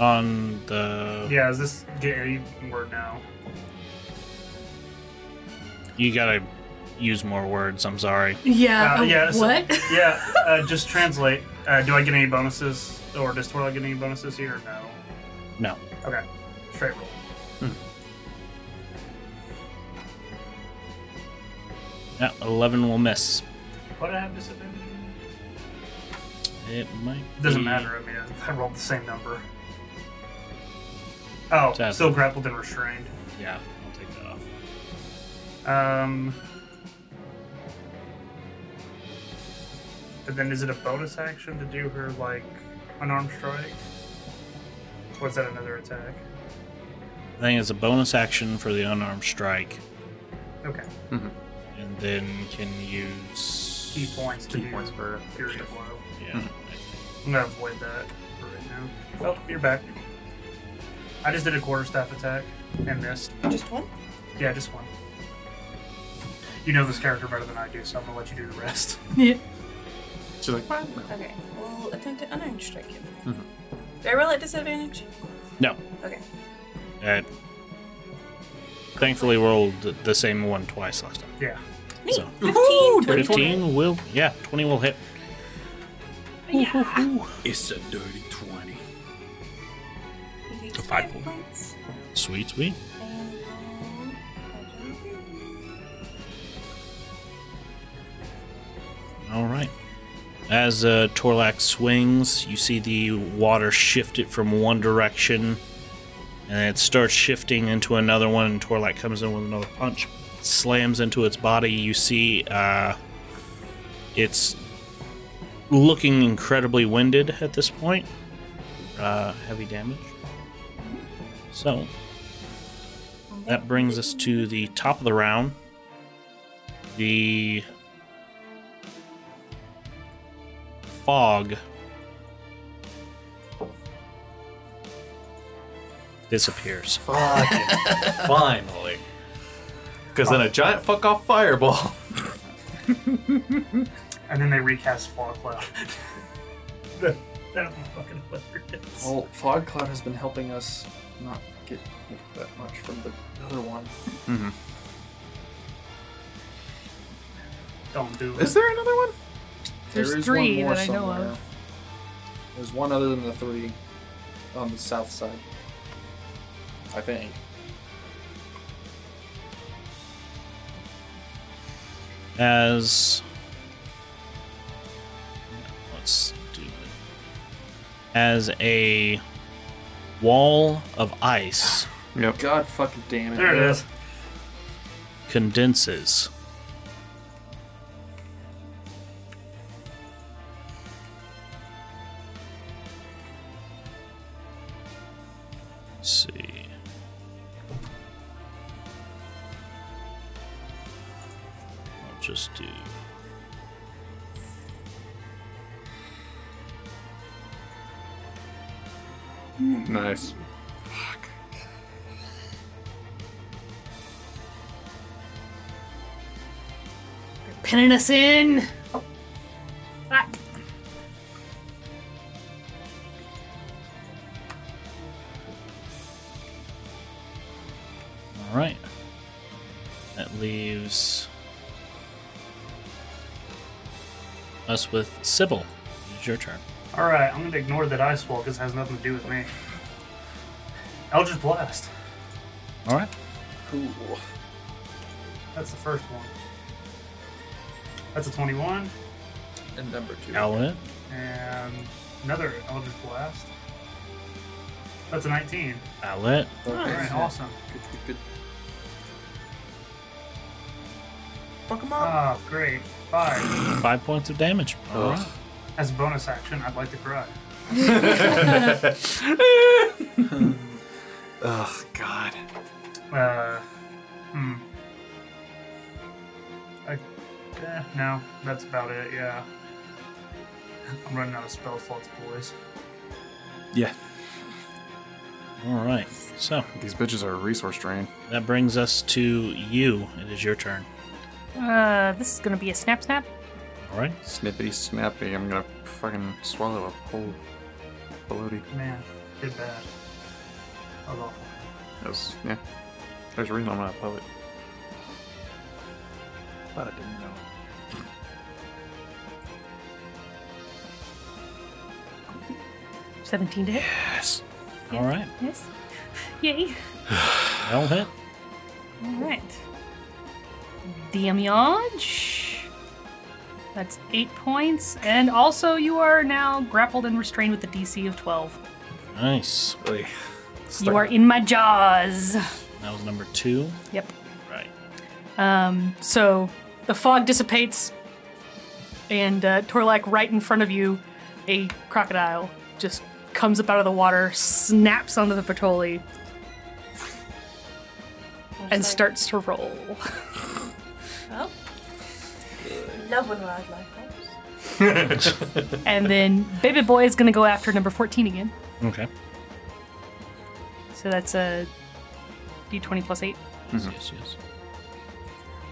Speaker 4: On the
Speaker 5: Yeah, is this get any word now?
Speaker 4: you gotta use more words. I'm sorry.
Speaker 7: Yeah.
Speaker 5: Uh,
Speaker 7: oh,
Speaker 5: yeah, so-
Speaker 7: what?
Speaker 5: Yeah. uh, just translate. Uh, do I get any bonuses, or does Twirl get any bonuses here? No.
Speaker 4: No.
Speaker 5: Okay. Straight roll.
Speaker 4: Yeah, eleven will miss.
Speaker 5: What I have disadvantage?
Speaker 4: It might.
Speaker 5: It
Speaker 9: Hmm.
Speaker 5: doesn't
Speaker 4: be-
Speaker 5: matter. I mean, I rolled the same number. Oh,
Speaker 4: Seven.
Speaker 5: still grappled and restrained.
Speaker 4: Yeah, I'll take that off.
Speaker 5: Um. And then is it a bonus action to do her like unarmed strike? Or is that another attack?
Speaker 4: I think it's a bonus action for the unarmed strike,
Speaker 5: Okay.
Speaker 4: and then can use
Speaker 5: Key points to
Speaker 9: Key
Speaker 5: do
Speaker 9: points for
Speaker 5: fury blow.
Speaker 4: Yeah.
Speaker 5: I'm gonna avoid that for right now. Oh, you're back. I just did a quarter staff attack and missed.
Speaker 8: Just one?
Speaker 5: Yeah, just one. You know this character better than I do, so I'm gonna let you do the rest.
Speaker 7: Yeah.
Speaker 9: She's like, "Well, no."
Speaker 8: Okay. We'll attempt to unarmed strike him. Do I roll at disadvantage?
Speaker 4: No.
Speaker 8: Okay.
Speaker 4: Uh, thankfully, rolled the same one twice last time.
Speaker 5: Yeah.
Speaker 8: Neat.
Speaker 4: So-
Speaker 8: 15. total.
Speaker 4: Fifteen will. Yeah, twenty will hit.
Speaker 9: it's a dirty 20.
Speaker 8: He takes
Speaker 9: To five
Speaker 8: five points.
Speaker 4: Sweet, sweet.
Speaker 8: And um,
Speaker 4: All right. As uh, Torlak swings, you see the water shift it from one direction, and it starts shifting into another one. And Torlak comes in with another punch, slams into its body. You see, uh, it's looking incredibly winded at this point. Uh, heavy damage. So that brings us to the top of the round. The fog disappears.
Speaker 9: Finally. Because then a giant fuck off fireball.
Speaker 5: And then they recast Fog Cloud. that that would be fucking hilarious.
Speaker 2: Well, fog cloud has been helping us not get hit that much from the other one.
Speaker 5: Don't do it.
Speaker 9: Is there another one?
Speaker 7: There's
Speaker 2: is one
Speaker 7: three
Speaker 2: more
Speaker 7: that I know of.
Speaker 2: somewhere. There's one other than the three on the south side. I think.
Speaker 4: As let's do it. As a wall of ice
Speaker 2: God fucking damn it.
Speaker 5: There it is.
Speaker 4: condenses. Let's see. I'll just do.
Speaker 9: Nice.
Speaker 7: Pinning us in. Ah,
Speaker 4: All right. That leaves us with Sybil. It's your turn.
Speaker 5: All right, I'm gonna ignore that ice wall because it has nothing to do with me. Eldritch Blast.
Speaker 4: All right.
Speaker 2: Cool.
Speaker 5: That's the first one. That's a 21,
Speaker 2: And number two.
Speaker 4: Alwyn.
Speaker 5: and another Eldritch Blast. That's a 19.
Speaker 4: Alwyn.
Speaker 2: Okay,
Speaker 5: All right,
Speaker 2: yeah.
Speaker 5: awesome.
Speaker 2: Good, good, good.
Speaker 9: Fuck him up.
Speaker 5: Oh, great. Five.
Speaker 4: Five points of damage. All right.
Speaker 5: As a bonus action, I'd like to cry.
Speaker 9: Ugh, God.
Speaker 5: Uh, hmm. I, eh, no, that's about it. Yeah. I'm running out of spell slots, boys.
Speaker 9: Yeah.
Speaker 4: All right. So
Speaker 9: These bitches are a resource drain.
Speaker 4: that brings us to you. It is your turn.
Speaker 7: Uh, this is gonna be a snap snap.
Speaker 4: All right.
Speaker 9: Snippity snappy, I'm gonna fucking swallow a whole bloaty.
Speaker 5: Man, did bad. I love
Speaker 9: That was, yeah. There's a reason I'm not a poet. But I didn't know.
Speaker 7: Seventeen to hit.
Speaker 9: Yes.
Speaker 4: All right.
Speaker 7: Yes. Yay.
Speaker 4: That'll hit.
Speaker 7: All right. Damage. That's eight points, and also you are now grappled and restrained with a DC of twelve.
Speaker 4: Nice.
Speaker 9: Really.
Speaker 7: You are in my jaws.
Speaker 4: That was number two.
Speaker 7: Yep.
Speaker 4: Right.
Speaker 7: Um, so the fog dissipates, and uh, Torlak, right in front of you, a crocodile just comes up out of the water, snaps onto the Patoli, and starts to roll.
Speaker 8: uh, Oh. Love when wildlife helps.
Speaker 7: and then Baby Boy is going to go after number 14 again.
Speaker 4: Okay.
Speaker 7: So that's a d20 plus 8.
Speaker 4: Yes, yes, yes.
Speaker 5: it.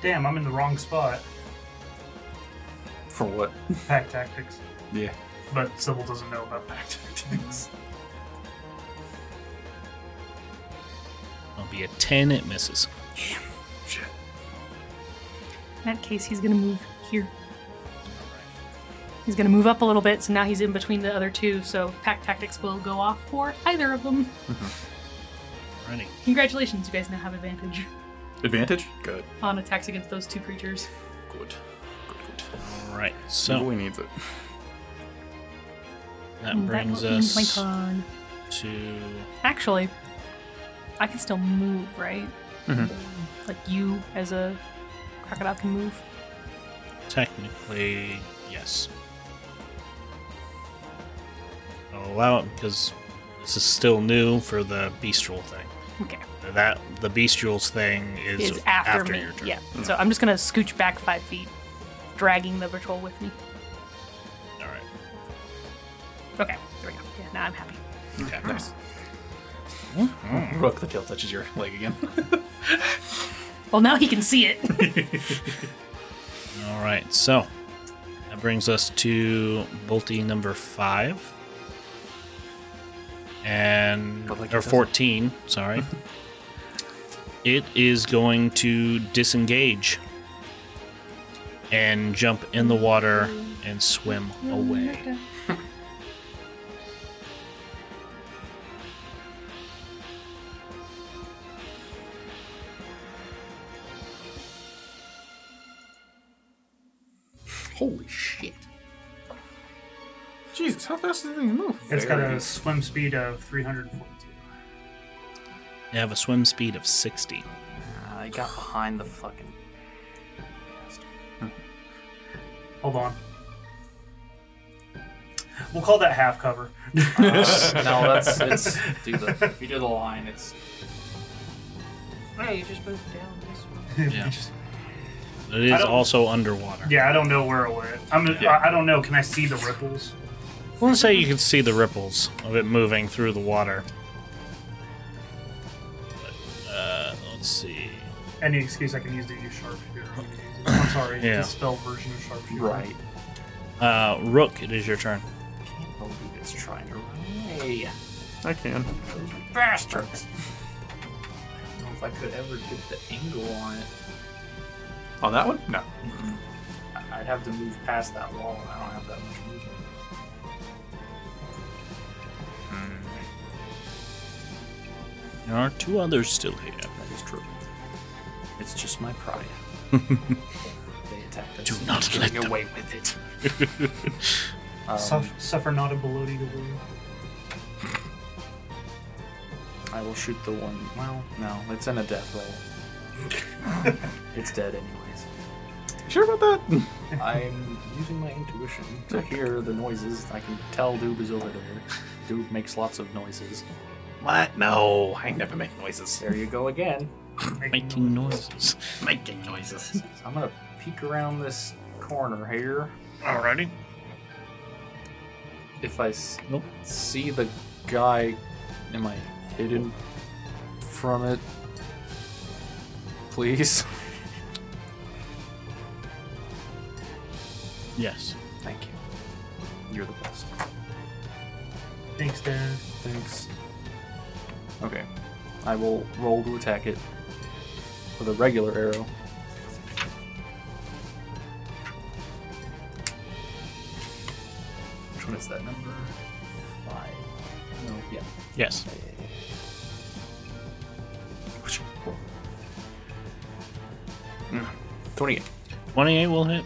Speaker 5: Damn, I'm in the wrong spot.
Speaker 9: For what?
Speaker 5: Pack tactics.
Speaker 9: Yeah.
Speaker 5: But Sybil doesn't know about pack tactics.
Speaker 4: That'll be a ten. It misses.
Speaker 9: Shit.
Speaker 7: In that case, he's going to move here. He's going to move up a little bit, so now he's in between the other two, so pack tactics will go off for either of them.
Speaker 4: Running.
Speaker 7: Congratulations, you guys now have advantage
Speaker 9: Advantage? Good.
Speaker 7: on attacks against those two creatures.
Speaker 9: Good. Good.
Speaker 4: All right.
Speaker 9: Good.
Speaker 4: So
Speaker 9: Nobody needs it.
Speaker 4: that brings
Speaker 7: will end my
Speaker 4: us
Speaker 7: turn.
Speaker 4: to.
Speaker 7: Actually, I can still move, right?
Speaker 4: Mm-hmm.
Speaker 7: Like you as a crocodile can move.
Speaker 4: Technically, yes. I'll allow it because this is still new for the bestial thing.
Speaker 7: Okay.
Speaker 4: That the bestials thing is,
Speaker 7: Is after, me.
Speaker 4: your turn. Mm-hmm.
Speaker 7: Yeah. So I'm just gonna scooch back five feet, dragging the patrol with me.
Speaker 4: All right.
Speaker 7: Okay. There we go. Yeah. Now I'm happy.
Speaker 4: Okay.
Speaker 9: Nice. Rook, the tail touches your leg again.
Speaker 7: Well, now he can see it.
Speaker 4: All right. So that brings us to Bolty number five, and
Speaker 9: But like it
Speaker 4: or
Speaker 9: doesn't.
Speaker 4: fourteen. Sorry. it is going to disengage and jump in the water and swim away.
Speaker 9: Holy shit. Jesus, how fast does thing move?
Speaker 5: it's got a swim speed of 342.
Speaker 4: They have a swim speed of sixty.
Speaker 3: I got behind the fucking.
Speaker 5: Hold on. We'll call that half cover.
Speaker 3: no, that's it's do the if you do the line, it's
Speaker 8: Hey, you just moved down this one.
Speaker 4: Yeah. It is
Speaker 5: don't-
Speaker 4: also underwater.
Speaker 5: Yeah, I don't know where it went. I'm. I, I don't know. Can I see the ripples?
Speaker 4: I want to say you can see the ripples of it moving through the water. But, uh, let's see.
Speaker 5: Any excuse I can use to use sharpshooter. I'm gonna use it. I'm sorry.
Speaker 4: Yeah.
Speaker 5: The spell version of sharpshooter.
Speaker 3: right.
Speaker 4: Uh, Rook, it is your turn.
Speaker 3: Can't believe it's trying to run away.
Speaker 9: I can.
Speaker 3: Bastards. I don't know if I could ever get the angle on it.
Speaker 9: On that one? No.
Speaker 3: I- I'd have to move past that wall, and I don't have that much movement.
Speaker 4: There are two others still here.
Speaker 3: That is true. It's just my pride. they attacked us.
Speaker 4: Do not
Speaker 3: Getting
Speaker 4: let them.
Speaker 3: away with it.
Speaker 5: Suf- suffer not a below to wound.
Speaker 3: I will shoot the one. Well, no, it's in a death roll. it's dead anyways.
Speaker 9: Sure about that?
Speaker 3: I'm using my intuition to hear the noises. I can tell Doob is over there. Doob makes lots of noises.
Speaker 9: What? No, I never make noises.
Speaker 3: There you go again.
Speaker 4: Making noises.
Speaker 9: Making noises.
Speaker 3: So I'm gonna peek around this corner here.
Speaker 4: Alrighty.
Speaker 3: If I s-
Speaker 4: Nope.
Speaker 3: see the guy, am I hidden from it? Please.
Speaker 4: Yes.
Speaker 3: Thank you. You're the best.
Speaker 5: Thanks, Dad.
Speaker 3: Thanks. Okay. I will roll to attack it with a regular arrow.
Speaker 2: Which one is that number?
Speaker 3: Five. No, yeah.
Speaker 4: Yes.
Speaker 3: Mm. 28.
Speaker 4: 28 will hit.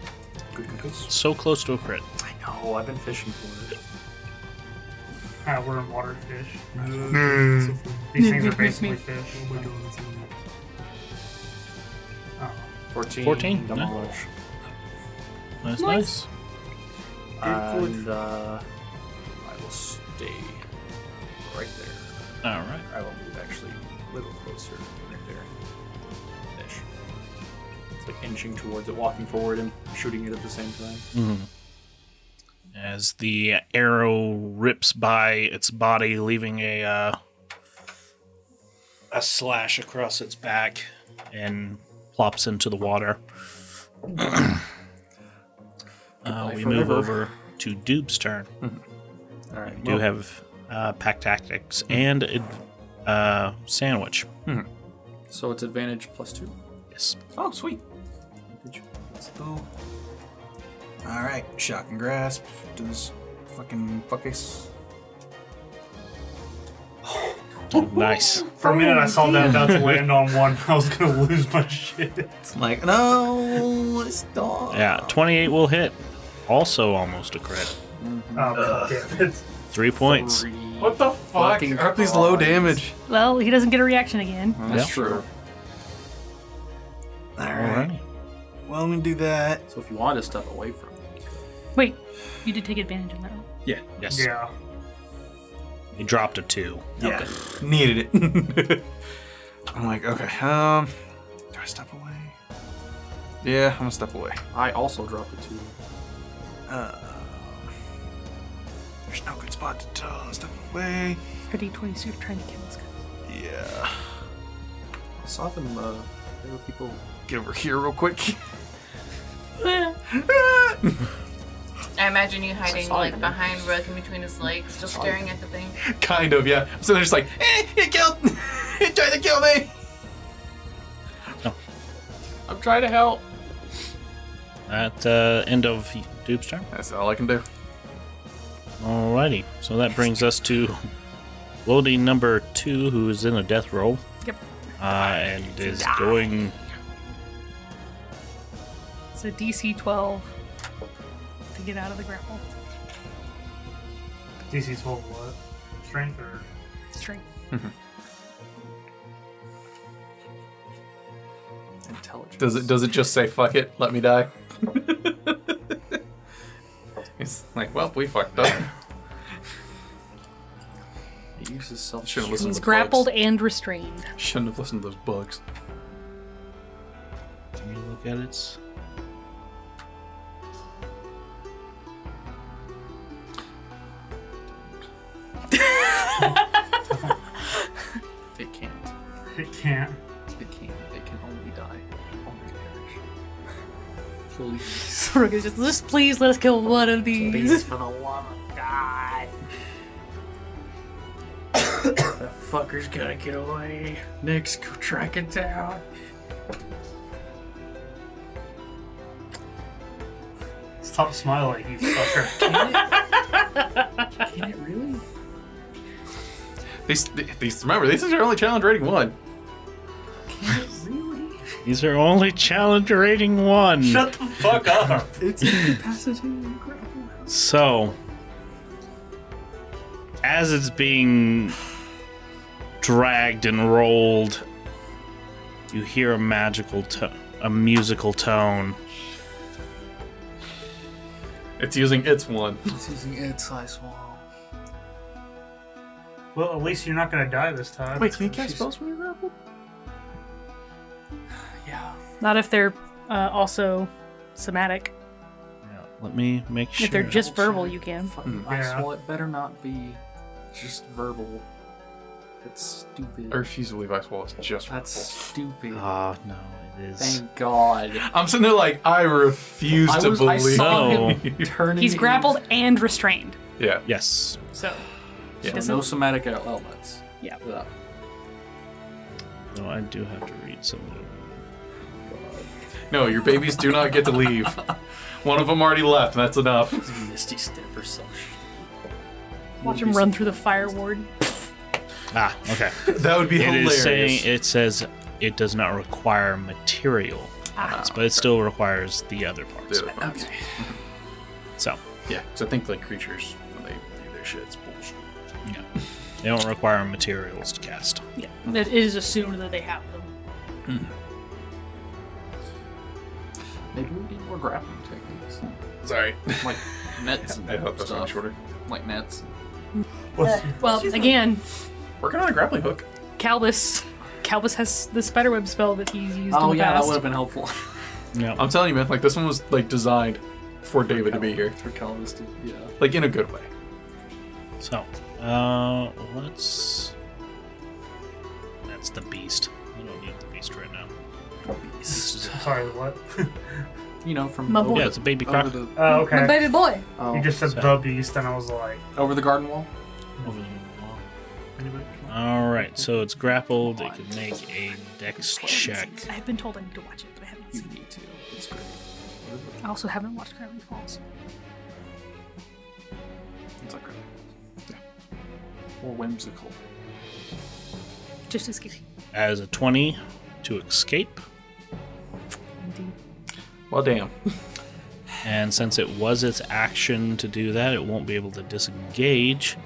Speaker 3: Good, good, good.
Speaker 4: So close to a crit.
Speaker 3: I know, I've been fishing for it.
Speaker 5: Ah, we're in water fish. These things are basically fish. Oh,
Speaker 3: 14.
Speaker 4: 14? No.
Speaker 3: Demolish.
Speaker 4: That's nice.
Speaker 7: Nice.
Speaker 3: And, uh, I will stay right there.
Speaker 4: All right.
Speaker 3: I will move actually a little closer right there. Ish. It's like inching towards it, walking forward and shooting it at the same time.
Speaker 4: As the arrow rips by its body, leaving a uh, a slash across its back, and plops into the water. uh, we move
Speaker 3: forever.
Speaker 4: over to Dube's turn.
Speaker 3: All right.
Speaker 4: Do have uh, pack tactics and ad- uh, sandwich.
Speaker 2: So it's advantage plus two.
Speaker 4: Yes.
Speaker 1: Oh, sweet. Let's go. All right, shock and grasp. Do this fucking fuckus.
Speaker 4: nice.
Speaker 5: For a minute, I saw that about to land on one. I was gonna lose my shit.
Speaker 1: I'm like, no, it's dog.
Speaker 4: Yeah, 28 will hit. Also almost a crit.
Speaker 5: Oh, God damn it.
Speaker 4: Three points.
Speaker 9: What the fuck?
Speaker 2: Fucking
Speaker 9: Are these low
Speaker 2: cards.
Speaker 9: damage?
Speaker 7: Well, he doesn't get a reaction again.
Speaker 2: That's
Speaker 4: Yeah.
Speaker 2: true.
Speaker 1: All
Speaker 4: All
Speaker 1: right.
Speaker 4: right.
Speaker 1: Well, I'm gonna do that.
Speaker 2: So if you want to step away from it,
Speaker 7: Wait, you did take advantage of that one.
Speaker 4: Yes.
Speaker 5: Yeah.
Speaker 4: He dropped a two.
Speaker 1: Yeah, needed it. I'm like, okay, um, do I step away? Yeah, I'm gonna step away.
Speaker 3: I also dropped a two.
Speaker 1: Uh, there's no good spot to uh, step away.
Speaker 7: Or D20, so you're trying to kill this guy.
Speaker 1: Yeah,
Speaker 2: I saw them. Uh, there were people.
Speaker 1: get over here real quick.
Speaker 8: I imagine you hiding
Speaker 2: saw
Speaker 8: like
Speaker 2: you.
Speaker 8: behind Rug in between his legs, just staring at the thing.
Speaker 9: Kind of, yeah. So they're just like, eh, it killed. it tried to kill me.
Speaker 2: I'm trying to help.
Speaker 4: At uh, end of Dube's turn.
Speaker 9: That's all I can do.
Speaker 4: Alrighty. So that brings us to Lodi number two, who is in a death roll.
Speaker 7: Yep.
Speaker 4: Uh, and is going.
Speaker 7: It's a DC 12 to get out of the grapple.
Speaker 5: DC 12 what? Strength or?
Speaker 7: Strength.
Speaker 2: Intelligence.
Speaker 9: Does it? Does it just say fuck it? Let me die. it's like, well, we fucked up.
Speaker 2: It uses self.
Speaker 9: Shouldn't listen.
Speaker 7: He's
Speaker 9: to the
Speaker 7: grappled
Speaker 9: bugs.
Speaker 7: and restrained.
Speaker 9: Shouldn't have listened to those bugs.
Speaker 4: Can you look at its.
Speaker 2: It can't.
Speaker 5: It can't.
Speaker 2: It can't. It can only die. Only perish. Please.
Speaker 7: Rook is just, just please let us kill one of these.
Speaker 2: for the love of God. that fucker's gonna get away. Nick's go track it down.
Speaker 5: Stop smiling, you fucker.
Speaker 2: Can it really?
Speaker 9: These, these. Remember, these are only challenge rating one.
Speaker 4: These are only challenge rating one.
Speaker 5: Shut the fuck up.
Speaker 2: It's incapacitated and grapple.
Speaker 4: So, as it's being dragged and rolled, you hear a magical to- a musical tone.
Speaker 9: It's using its one.
Speaker 2: It's using its size wall.
Speaker 5: Well, at least you're not gonna die this time.
Speaker 9: Wait, can you cast spells when you're grappled?
Speaker 2: Yeah.
Speaker 7: Not if they're uh, also somatic.
Speaker 4: Let me make sure.
Speaker 7: If they're just
Speaker 2: Sure.
Speaker 7: verbal, you can.
Speaker 2: Fucking
Speaker 5: Yeah.
Speaker 2: ice wall. It better not be just verbal. That's stupid.
Speaker 9: I refuse to believe ice wall is just.
Speaker 2: That's stupid.
Speaker 4: Ah, no, it is.
Speaker 2: Thank God.
Speaker 9: I'm sitting there like I refuse
Speaker 2: I
Speaker 9: to
Speaker 2: was- I
Speaker 9: believe.
Speaker 2: saw
Speaker 4: No.
Speaker 2: him turning.
Speaker 7: He's
Speaker 2: in.
Speaker 7: grappled and restrained.
Speaker 9: Yeah.
Speaker 4: Yes.
Speaker 7: So
Speaker 2: So
Speaker 7: Doesn't-
Speaker 2: no somatic outlets.
Speaker 7: Yeah.
Speaker 2: Ugh.
Speaker 4: No, I do have to read some. of it.
Speaker 9: No, your babies do not get to leave. One of them already left. And that's enough.
Speaker 2: Misty step or some shit.
Speaker 7: watch him run through the fire ward.
Speaker 4: Ah, okay.
Speaker 9: That would be
Speaker 4: It
Speaker 9: hilarious.
Speaker 4: is saying it says it does not require material, parts, but it still requires the other parts.
Speaker 9: The other parts.
Speaker 4: So
Speaker 9: Yeah, because I think like creatures when they do their shit, it's bullshit.
Speaker 4: yeah, they don't require materials to cast.
Speaker 7: Yeah. It is assumed that they have them.
Speaker 2: Maybe we need more grappling techniques,
Speaker 9: Sorry,
Speaker 2: like nets and
Speaker 9: I hope that's not
Speaker 2: stuff.
Speaker 9: shorter.
Speaker 2: Like nets.
Speaker 7: Well, again,
Speaker 9: Working on a grappling hook.
Speaker 7: Calbus Calbus has the spiderweb spell that he's used
Speaker 2: Oh
Speaker 7: in the
Speaker 2: yeah, that
Speaker 7: past.
Speaker 2: would have been helpful.
Speaker 4: Yeah.
Speaker 9: I'm telling you, man. Like this one was like designed for David to be here,
Speaker 2: For Calvus to, yeah.
Speaker 9: like in a good way.
Speaker 4: So uh, let's. That's the beast. I don't need the beast right now.
Speaker 5: Sorry, what?
Speaker 2: You know, from
Speaker 7: Mumble.
Speaker 2: over,
Speaker 4: Yeah, it's a baby
Speaker 2: over
Speaker 4: croc
Speaker 2: the
Speaker 5: Oh,
Speaker 7: My
Speaker 5: okay.
Speaker 7: baby boy.
Speaker 2: oh,
Speaker 5: You just said the beast, and I was like,
Speaker 2: over the garden wall.
Speaker 4: over the wall.
Speaker 5: anybody?
Speaker 4: All right, so it's grappled. It can make a dex check.
Speaker 7: I've been told I need to watch it, but I haven't
Speaker 2: You
Speaker 7: seen
Speaker 2: need to. It's great.
Speaker 7: it. I also haven't watched Gravity Falls.
Speaker 2: It's like great. Yeah. Or whimsical.
Speaker 7: Just as scary.
Speaker 4: As a twenty to escape,
Speaker 7: Indeed.
Speaker 9: Well, damn.
Speaker 4: and since it was its action to do that, it won't be able to disengage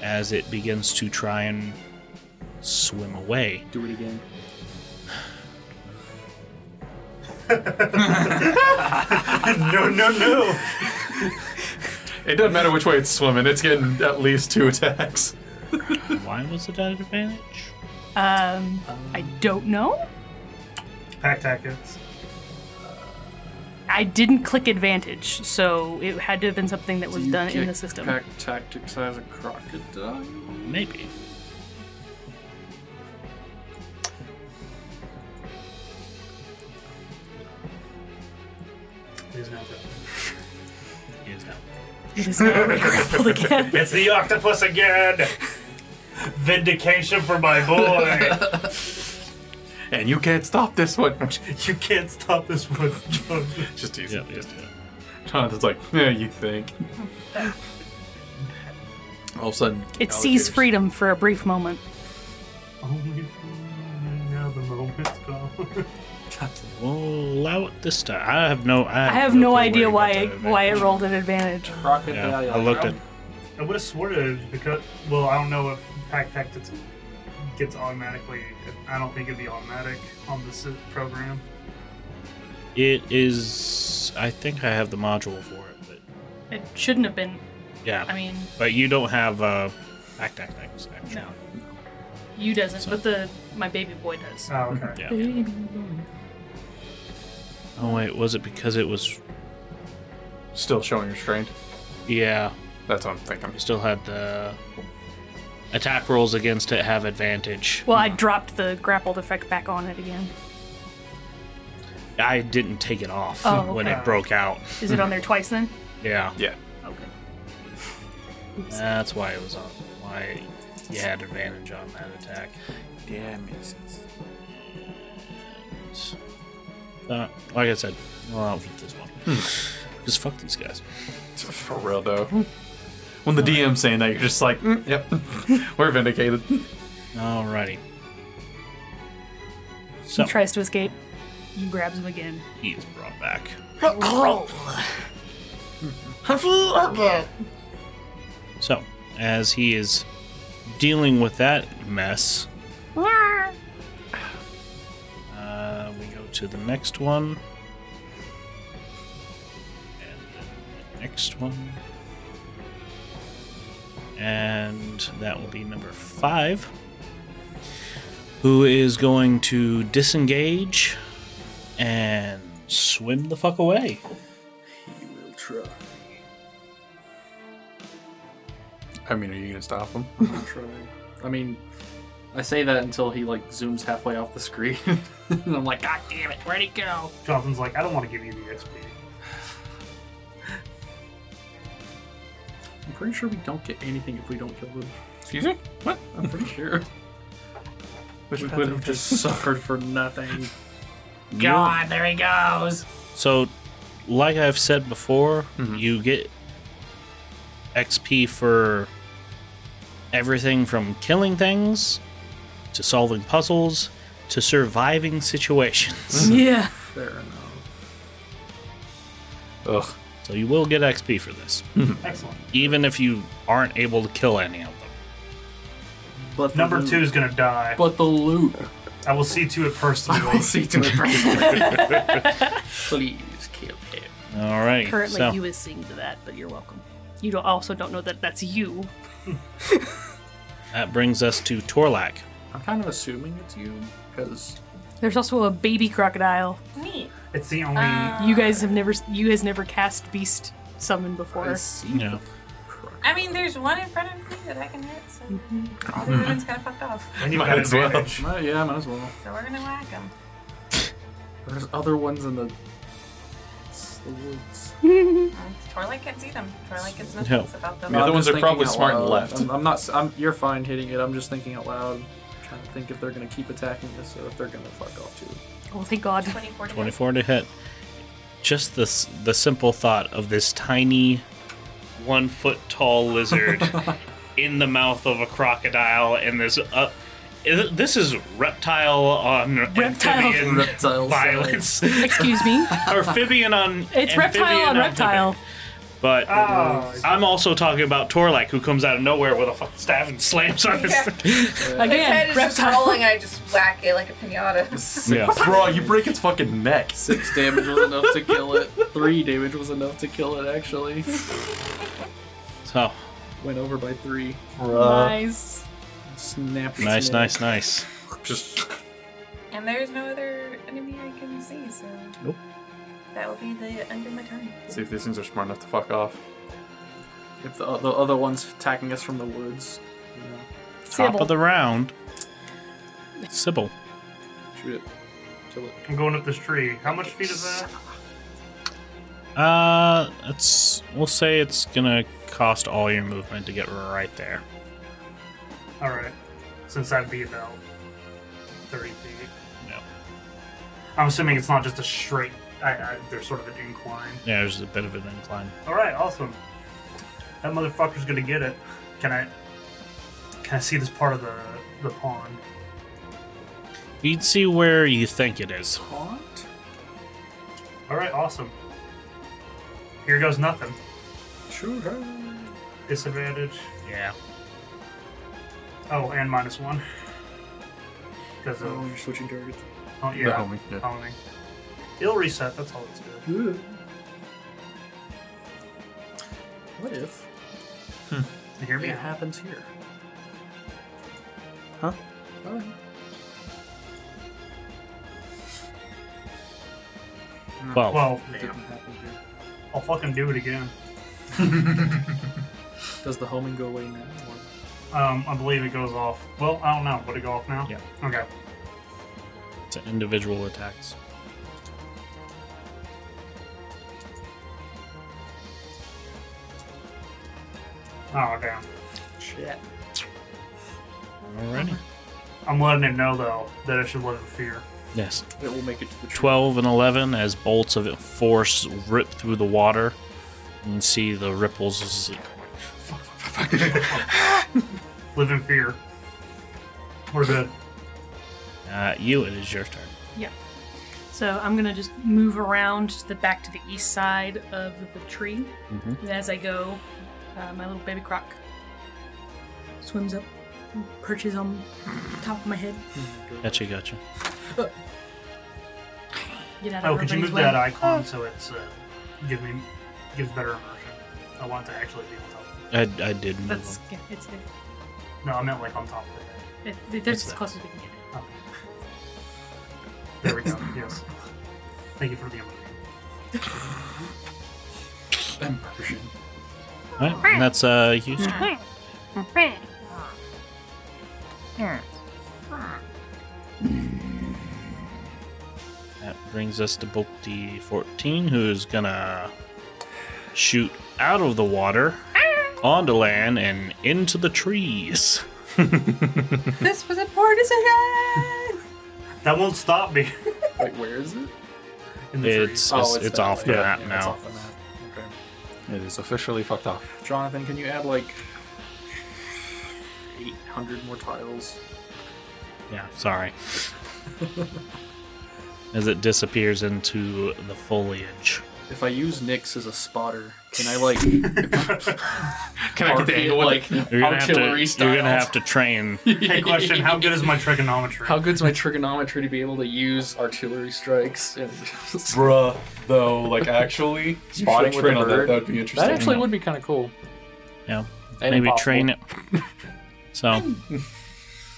Speaker 4: as it begins to try and swim away.
Speaker 2: Do it again.
Speaker 5: no, no, no.
Speaker 9: It doesn't matter which way it's swimming. It's getting at least two attacks.
Speaker 4: Why was it at advantage?
Speaker 7: Um, I don't know.
Speaker 5: Pack tactics.
Speaker 7: I didn't click advantage, so it had to have been something that was
Speaker 2: Do you
Speaker 7: done in
Speaker 2: kick
Speaker 7: the system.
Speaker 2: Pack tactics as a crocodile.
Speaker 4: Maybe.
Speaker 5: He's not
Speaker 4: He is now.
Speaker 7: It is now grappled again.
Speaker 5: It's the octopus again. Vindication for my boy.
Speaker 9: And you can't stop this one.
Speaker 5: you can't stop this one. John.
Speaker 9: Just teasing.
Speaker 4: Yeah,
Speaker 9: just
Speaker 4: yeah, yeah.
Speaker 9: Jonathan's like, yeah, you think. All of a sudden,
Speaker 7: It sees
Speaker 9: alligators-
Speaker 7: freedom for a brief moment.
Speaker 5: Only for now the moment's gone.
Speaker 4: We'll allow it this time. I have no. I have,
Speaker 7: I have no
Speaker 4: clue
Speaker 7: idea
Speaker 4: where
Speaker 7: why
Speaker 4: he got
Speaker 7: it,
Speaker 4: that
Speaker 7: why it
Speaker 4: advantage.
Speaker 7: rolled an advantage.
Speaker 4: Yeah,
Speaker 2: Crocodile.
Speaker 4: I looked at.
Speaker 5: I would have sworn it was because. Well, I don't know if pack tactics gets automatically. I don't think it'd be automatic on this program.
Speaker 4: It is. I think I have the module for it, but
Speaker 7: It shouldn't have been.
Speaker 4: yeah.
Speaker 7: I mean,
Speaker 4: but you don't have uh, pack tactics actually.
Speaker 7: no. You doesn't, but the my baby boy does.
Speaker 5: Oh, okay.
Speaker 4: Yeah. Oh wait, was it because it was?
Speaker 9: still showing restraint.
Speaker 4: Yeah,
Speaker 9: That's what I'm thinking.
Speaker 4: it still had the attack rolls against it have advantage.
Speaker 7: Well, I dropped the grappled effect back on it again.
Speaker 4: I didn't take it off
Speaker 7: Oh,
Speaker 4: when
Speaker 5: okay.
Speaker 4: it broke out.
Speaker 7: Is it on there twice then?
Speaker 4: Yeah,
Speaker 9: Yeah.
Speaker 4: that's why it was on. Why you had advantage on that attack.
Speaker 9: Yeah, makes sense.
Speaker 4: Uh, like I said, well, I'll get this one. Just fuck these guys.
Speaker 9: For real though. When the DM's saying that, you're just like, "Mm, yep, we're vindicated.
Speaker 4: Alrighty. So
Speaker 7: He tries to escape. You grabs him again.
Speaker 4: he is brought back. So as he is dealing with that mess, uh, we go to the next one, and then the next one, and that will be number five. Who is going to disengage and swim the fuck away?
Speaker 2: He will try.
Speaker 9: I mean, are you gonna stop him?
Speaker 2: Try. I mean,
Speaker 3: I say that until he like zooms halfway off the screen, and I'm like, "Ah, God damn it, where'd he go?
Speaker 5: Jonathan's like, I don't want to give you the XP.
Speaker 3: I'm pretty sure we don't get anything if we don't kill them.
Speaker 1: Excuse me? What?
Speaker 3: I'm pretty sure
Speaker 1: Which
Speaker 3: we
Speaker 1: path
Speaker 3: would
Speaker 1: did
Speaker 3: have
Speaker 1: I
Speaker 3: just
Speaker 1: take?
Speaker 3: suffered for nothing.
Speaker 4: You-
Speaker 3: God, there he goes.
Speaker 4: So, like I've said before,
Speaker 1: Mhm.
Speaker 4: you get XP for everything from killing things to solving puzzles to surviving situations.
Speaker 7: yeah.
Speaker 3: Fair enough.
Speaker 9: Ugh.
Speaker 4: so, you will get XP for this,
Speaker 5: Excellent.
Speaker 4: even if you aren't able to kill any of them.
Speaker 3: But the
Speaker 5: Number
Speaker 3: loot-
Speaker 5: two is gonna die.
Speaker 3: But the loot.
Speaker 5: I will see to it personally.
Speaker 3: I will see to it personally. Please kill him.
Speaker 4: All right.
Speaker 7: Currently,
Speaker 4: so-
Speaker 7: you is seeing to that, but you're welcome. You don't, also don't know that that's you.
Speaker 4: That brings us to Torlak.
Speaker 3: I'm kind of assuming it's you because
Speaker 7: There's also a baby crocodile.
Speaker 8: Neat.
Speaker 5: It's the only.
Speaker 7: You guys have never, you has never cast beast summon before.
Speaker 3: I see.
Speaker 4: You know,
Speaker 8: I mean, there's one in front of me that I can hit, so
Speaker 9: Mm-hmm.
Speaker 8: the other one's kind of fucked off.
Speaker 5: and you've
Speaker 9: Might
Speaker 5: got
Speaker 9: as well.
Speaker 5: advantage.
Speaker 3: Might- yeah, might as well.
Speaker 8: So we're gonna whack him.
Speaker 3: There's other ones in the, it's the woods.
Speaker 8: Torlight can see them. Torlight gets no
Speaker 4: No.
Speaker 8: sense about them.
Speaker 9: The other
Speaker 3: I'm
Speaker 9: ones
Speaker 3: just
Speaker 9: are probably
Speaker 3: thinking out
Speaker 9: smart and
Speaker 3: loud.
Speaker 9: left.
Speaker 2: I'm, I'm not. s- I'm. You're fine hitting it. I'm just thinking out loud, trying to think if they're gonna keep attacking us or if they're gonna fuck off too.
Speaker 7: Oh, thank God.
Speaker 8: 24 to
Speaker 4: 24 to hit. Just the s- the simple thought of this tiny, one foot tall lizard in the mouth of a crocodile, and this uh, i- this is reptile on
Speaker 7: Reptile.
Speaker 4: amphibian
Speaker 2: Reptile
Speaker 4: violence,
Speaker 7: Excuse me.
Speaker 4: amphibian on
Speaker 7: It's reptile
Speaker 4: amphibian
Speaker 7: on
Speaker 4: on
Speaker 7: reptile.
Speaker 4: But
Speaker 5: Ah,
Speaker 4: I'm also talking about Torlak, who comes out of nowhere with a fucking staff and slams on his.
Speaker 8: His head
Speaker 7: Again,
Speaker 8: is just
Speaker 7: reptile.
Speaker 8: rolling. I just whack it like a pinata.
Speaker 4: Yeah.
Speaker 9: Bro, you break its fucking neck.
Speaker 2: Six damage was enough to kill it. Three damage was enough to kill it. Actually,
Speaker 4: So
Speaker 2: went over by three.
Speaker 7: Nice.
Speaker 2: Snap. its
Speaker 4: nice,
Speaker 2: neck.
Speaker 4: nice, nice.
Speaker 9: Just
Speaker 8: and there's no other enemy I can see, so
Speaker 4: Nope.
Speaker 8: that will be the end of my turn.
Speaker 9: see if these things are smart enough to fuck off.
Speaker 2: If the, the other one's attacking us from the woods, you know,
Speaker 4: Top
Speaker 7: Sybil.
Speaker 4: of the round, Sybil.
Speaker 2: shoot it, kill it.
Speaker 5: I'm going up this tree. How much feet is that?
Speaker 4: Uh, it's we'll say it's gonna cost all your movement to get right there.
Speaker 5: All right. Since that'd be about 30 feet.
Speaker 4: No.
Speaker 5: I'm assuming it's not just a straight. I, I, there's sort of an incline.
Speaker 4: Yeah, there's a bit of an incline.
Speaker 5: All right, awesome. That motherfucker's gonna get it. Can I? Can I see this part of the the pond?
Speaker 4: You'd see where you think it is.
Speaker 2: Haunt?
Speaker 5: All right, awesome. Here goes nothing.
Speaker 2: Shoot her.
Speaker 5: Disadvantage.
Speaker 4: Yeah.
Speaker 5: Oh, and minus one. Because of
Speaker 2: Oh, you're switching targets.
Speaker 5: oh
Speaker 9: The
Speaker 5: yeah,
Speaker 9: homie, yeah.
Speaker 5: homing. It'll reset. That's all it's good.
Speaker 2: What if
Speaker 5: You hear me?
Speaker 2: it happens here?
Speaker 1: Huh?
Speaker 2: Alright.
Speaker 4: Well,
Speaker 5: Well,
Speaker 2: It didn't happen here.
Speaker 5: I'll fucking do it again.
Speaker 2: Does the homing go away now? Or...
Speaker 5: Um, I believe it goes off. Well, I don't know. Would it go off now?
Speaker 4: Yeah.
Speaker 5: Okay.
Speaker 4: it's an individual attacks.
Speaker 5: Oh damn.
Speaker 4: Alrighty.
Speaker 5: I'm letting him know though that I should live in fear.
Speaker 4: Yes.
Speaker 2: It will make it to the tree.
Speaker 4: Twelve and eleven as bolts of force rip through the water. You can see the ripples. This is-
Speaker 5: Live in fear. We're good.
Speaker 4: Uh, you, it is your turn.
Speaker 7: So I'm gonna just move around to the back to the east side of the tree. And as I go, uh, my little baby croc swims up, and perches on top of my head.
Speaker 4: Gotcha, gotcha.
Speaker 7: Get out of
Speaker 5: Oh, could you
Speaker 7: everybody's
Speaker 5: move
Speaker 7: way.
Speaker 5: that icon so it's uh, give me gives better immersion? I want to actually be on top. Of
Speaker 4: I, I did move.
Speaker 7: That's
Speaker 4: them.
Speaker 7: yeah, it's there.
Speaker 5: it. No, I meant like on top of it.
Speaker 7: It, it, that's as
Speaker 4: that?
Speaker 7: close as we can get it.
Speaker 5: There we go. yes. Thank you for the immersion.
Speaker 4: Alright, and that's uh, you.
Speaker 6: Hmm.
Speaker 4: brings us to Bulky 14, who's gonna shoot out of the water, onto land, and into the trees.
Speaker 8: this was a poor decision.
Speaker 5: That won't stop me.
Speaker 2: Wait, where is it?
Speaker 5: In the trees.
Speaker 4: It's it's,
Speaker 2: Oh, that
Speaker 4: it's, off the
Speaker 2: way.
Speaker 4: map
Speaker 2: Yeah, It's
Speaker 4: now.
Speaker 2: off the map. Okay.
Speaker 9: It is officially fucked off.
Speaker 2: Jonathan, can you add like 800 more tiles?
Speaker 4: Yeah, sorry. As it disappears into the foliage.
Speaker 2: If I use Nyx as a spotter, can I like can I get the angle like
Speaker 4: You're gonna, have to,
Speaker 2: artillery style?
Speaker 4: you're gonna have to train.
Speaker 5: Hey, question: How good is my trigonometry?
Speaker 2: How good's my trigonometry to be able to use artillery strikes? And
Speaker 9: Bruh, though, like actually spotting with a
Speaker 2: train on that,
Speaker 9: bird. That
Speaker 2: that'd
Speaker 9: would be interesting.
Speaker 2: that actually would be kind of cool.
Speaker 4: Yeah,
Speaker 2: And
Speaker 4: maybe
Speaker 2: impossible.
Speaker 4: train it. So,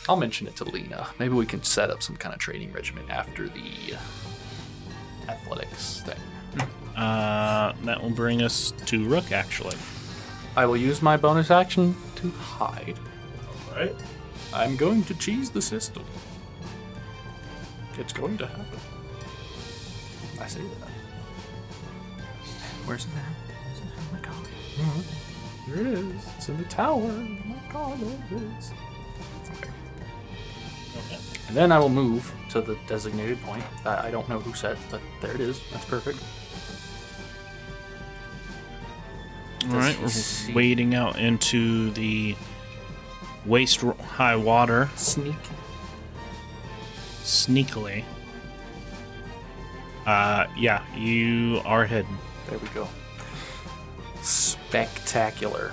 Speaker 9: I'll mention it to Lena. Maybe we can set up some kind of training regimen after the athletics thing.
Speaker 4: uh, that will bring us to Rook, actually.
Speaker 9: I will use my bonus action to hide.
Speaker 5: Right?
Speaker 9: I'm going to cheese the system. It's going to happen. I say that. Where's it now? Where's it now? Oh my god. Mm-hmm. Here it is. It's in the tower. Oh my god, there it is.
Speaker 3: And then I will move to the designated point. I, I don't know who said, but there it is. That's perfect.
Speaker 4: All right, we're wading out into the waist ro- high water
Speaker 3: Sneak.
Speaker 4: sneakily. Uh, yeah, you are hidden.
Speaker 3: There we go. Spectacular.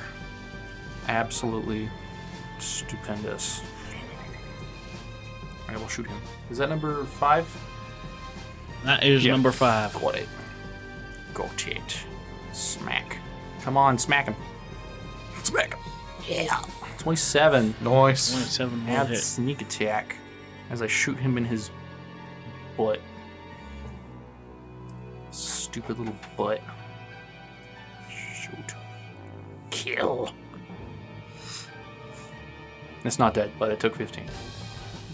Speaker 3: Absolutely stupendous. I will shoot him. Is that number five?
Speaker 4: That is
Speaker 3: Yeah.
Speaker 4: number five.
Speaker 3: Got it. Got it. Smack. Come on, smack him. Smack him. Yeah. 27.
Speaker 9: Nice.
Speaker 4: Twenty-seven will
Speaker 3: Add
Speaker 4: hit.
Speaker 3: sneak attack as I shoot him in his butt. Stupid little butt. Shoot. Kill. It's not dead, but it took 15.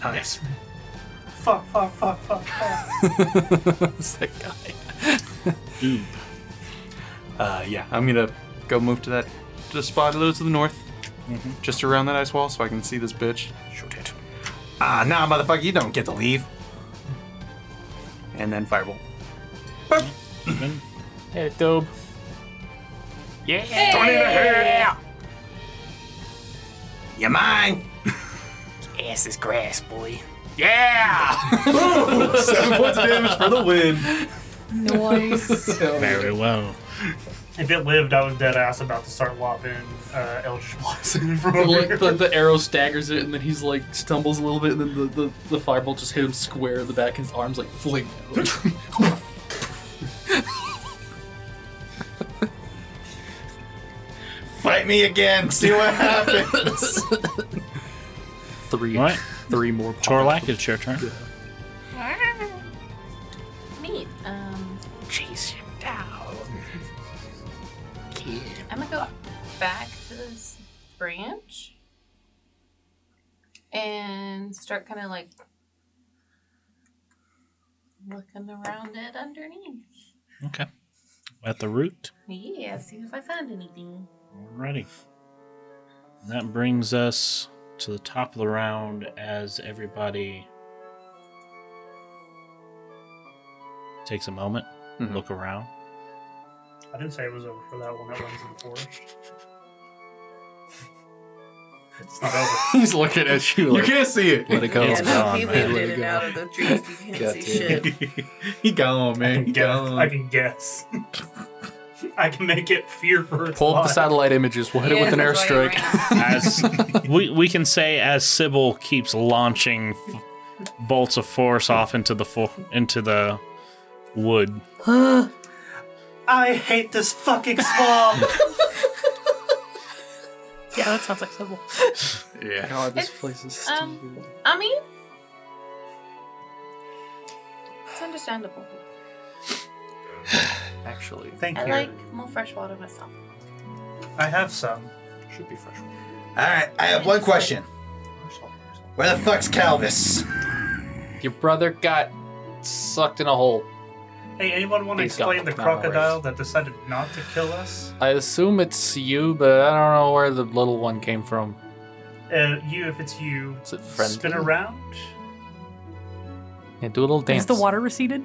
Speaker 1: Nice.
Speaker 5: Fuck! Fuck! Fuck! Fuck! fuck.
Speaker 9: It's that guy.
Speaker 4: Ooh.
Speaker 1: Uh, yeah, I'm gonna go move to that to the spot a little to the north, just around that ice wall, so I can see this bitch.
Speaker 4: Shoot it.
Speaker 1: Ah, nah, motherfucker, you don't get to leave. And then fireball.
Speaker 4: Even.
Speaker 3: Hey, dope.
Speaker 1: You're mine.
Speaker 3: Ass is grass, boy.
Speaker 9: Seven points of damage for the win.
Speaker 6: Noise.
Speaker 4: Very well.
Speaker 5: If it lived, I was dead ass about to start lopping uh, Eldritch Blossom from over
Speaker 2: Like,
Speaker 5: here.
Speaker 2: the, the arrow staggers it, and then he's like stumbles a little bit, and then the, the, the fireball just hit him square in the back, and his arms like fling. out.
Speaker 1: Fight me again. See what happens.
Speaker 3: Three.
Speaker 4: All right,
Speaker 3: Three more. pop-
Speaker 4: Torlak, it's your turn.
Speaker 8: Neat. Um,
Speaker 3: Chase him down.
Speaker 8: I'm gonna go back to this branch and start kind of like looking around it underneath.
Speaker 4: Okay. At the root.
Speaker 8: Yeah, see if I find anything.
Speaker 4: Alrighty. And that brings us to the top of the round as everybody takes a moment,
Speaker 1: Mhm.
Speaker 4: look around.
Speaker 5: I didn't say it was over for that one that runs in the forest. It's not over.
Speaker 9: He's looking at you like,
Speaker 1: can't see it.
Speaker 9: let it go.
Speaker 4: It's gone,
Speaker 8: he
Speaker 4: man.
Speaker 8: lived in and out of the trees. You
Speaker 9: God
Speaker 8: can't see
Speaker 9: damn it.
Speaker 8: shit.
Speaker 1: he gone,
Speaker 5: I
Speaker 1: man. He
Speaker 5: can guess. I
Speaker 1: gone.
Speaker 5: can guess. I can make it fear for its
Speaker 9: Pull up the
Speaker 5: life.
Speaker 9: satellite images, we'll hit it
Speaker 8: Yeah,
Speaker 9: with an
Speaker 8: that's why I
Speaker 9: airstrike.
Speaker 8: ran.
Speaker 4: As we, we can say, as Sybil keeps launching f- bolts of force off into the fo- into the wood.
Speaker 5: I hate this fucking swamp.
Speaker 7: Yeah, that sounds like simple.
Speaker 1: Yeah.
Speaker 2: God, this
Speaker 8: It's,
Speaker 2: place is stupid.
Speaker 8: um, I mean, it's understandable.
Speaker 3: Actually,
Speaker 5: Thank
Speaker 8: I
Speaker 5: you.
Speaker 8: like more fresh water myself.
Speaker 5: I have some.
Speaker 3: should be fresh.
Speaker 1: All right. I have one question. Where the fuck's Calvis?
Speaker 9: Your brother got sucked in a hole.
Speaker 5: Hey, anyone want to
Speaker 3: He's got
Speaker 5: explain the
Speaker 3: the camera
Speaker 5: crocodile
Speaker 3: raised.
Speaker 5: that decided not to kill us?
Speaker 3: I assume it's you, but I don't know where the little one came from.
Speaker 5: Uh, you, if it's you,
Speaker 3: Is it friendly?
Speaker 5: spin around.
Speaker 3: Yeah, do a little dance.
Speaker 7: Is the water receded?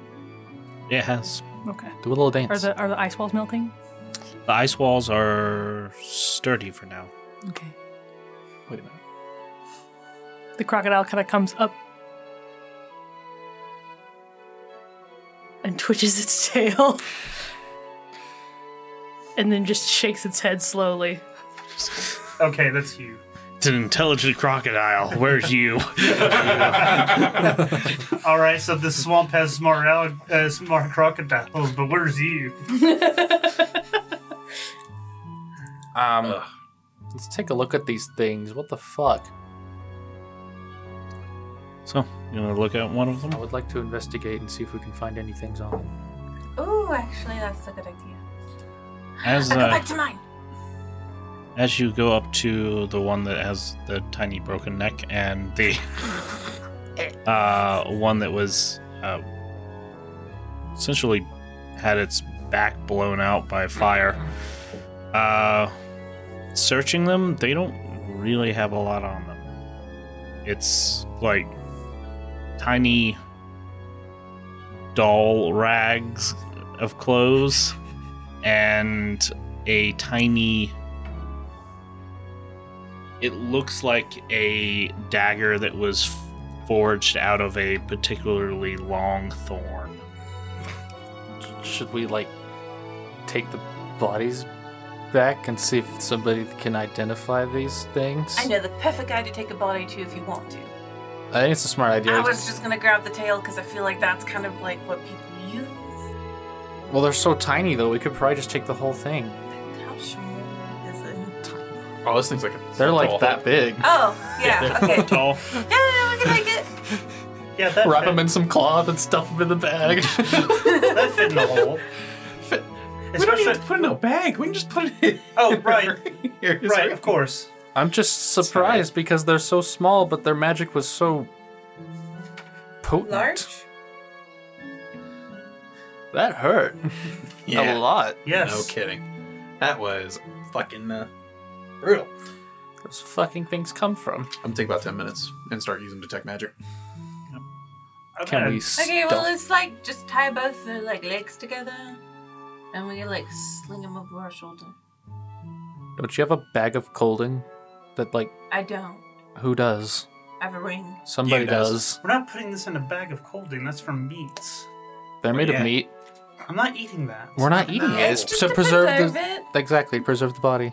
Speaker 4: It has.
Speaker 7: Okay.
Speaker 3: Do a little
Speaker 7: Are
Speaker 3: dance.
Speaker 7: the are the ice walls melting?
Speaker 4: The ice walls are sturdy for now.
Speaker 7: Okay.
Speaker 3: Wait a minute.
Speaker 7: The crocodile kind of comes up and twitches its tail, and then just shakes its head slowly.
Speaker 5: Okay, that's you.
Speaker 4: It's an intelligent crocodile. Where's you?
Speaker 5: All right, so this swamp has smart al- uh, smart crocodiles, but where's you?
Speaker 3: Um, let's take a look at these things. What the fuck?
Speaker 4: so, you want to look at one of
Speaker 3: I
Speaker 4: them?
Speaker 3: would like to investigate and see if we can find any things on them.
Speaker 8: Ooh, actually, that's a good idea.
Speaker 4: As
Speaker 8: Go
Speaker 4: uh,
Speaker 8: back to mine.
Speaker 4: as you go up to the one that has the tiny broken neck and the uh, one that was uh, essentially had its back blown out by fire, uh, searching them, they don't really have a lot on them. It's like tiny doll rags of clothes and a tiny it looks like a dagger that was f- forged out of a particularly long thorn.
Speaker 3: Should we like take the bodies back and see if somebody can identify these things?
Speaker 8: I know the perfect guy to take a body to if you want to.
Speaker 3: I think it's a smart idea.
Speaker 8: I was just gonna grab the tail because I feel like that's kind of like what people use.
Speaker 3: Well, they're so tiny though. We could probably just take the whole thing.
Speaker 8: How small is it?
Speaker 9: Oh, this thing's like a.
Speaker 3: They're like
Speaker 9: doll.
Speaker 3: that big.
Speaker 8: Oh, yeah, okay. Yeah,
Speaker 4: Tall.
Speaker 8: yeah, we can make it.
Speaker 5: Yeah, that
Speaker 3: Wrap
Speaker 5: fit,
Speaker 3: them in some cloth and stuff them in the bag.
Speaker 5: that fit in the hole.
Speaker 9: We don't
Speaker 5: Especially,
Speaker 9: need to put it in a bag. We can just put it
Speaker 5: oh right,
Speaker 9: in here.
Speaker 5: right, of course.
Speaker 3: I'm just surprised because they're so small, but their magic was so potent.
Speaker 8: Large?
Speaker 3: That hurt a
Speaker 9: Yeah.
Speaker 3: lot.
Speaker 5: Yes.
Speaker 9: No kidding. That was fucking uh, brutal.
Speaker 3: Those fucking things come from?
Speaker 9: I'm gonna take about 10 minutes and start using detect magic.
Speaker 5: Okay.
Speaker 3: Can we stuff?
Speaker 8: Okay, well, it's like just tie both the like legs together, and we like sling them over our shoulder.
Speaker 3: Don't you have a bag of colding? That like
Speaker 8: I don't.
Speaker 3: who does?
Speaker 8: I have a ring.
Speaker 3: Somebody
Speaker 9: You
Speaker 3: does.
Speaker 9: does.
Speaker 5: We're not putting this in a bag of colding. That's for meats.
Speaker 3: They're made
Speaker 5: Yeah.
Speaker 3: of meat.
Speaker 5: I'm not eating that.
Speaker 3: We're not eating it. It's
Speaker 8: just
Speaker 3: to
Speaker 8: to
Speaker 3: preserve,
Speaker 8: preserve
Speaker 3: the
Speaker 8: it.
Speaker 3: exactly preserve the body.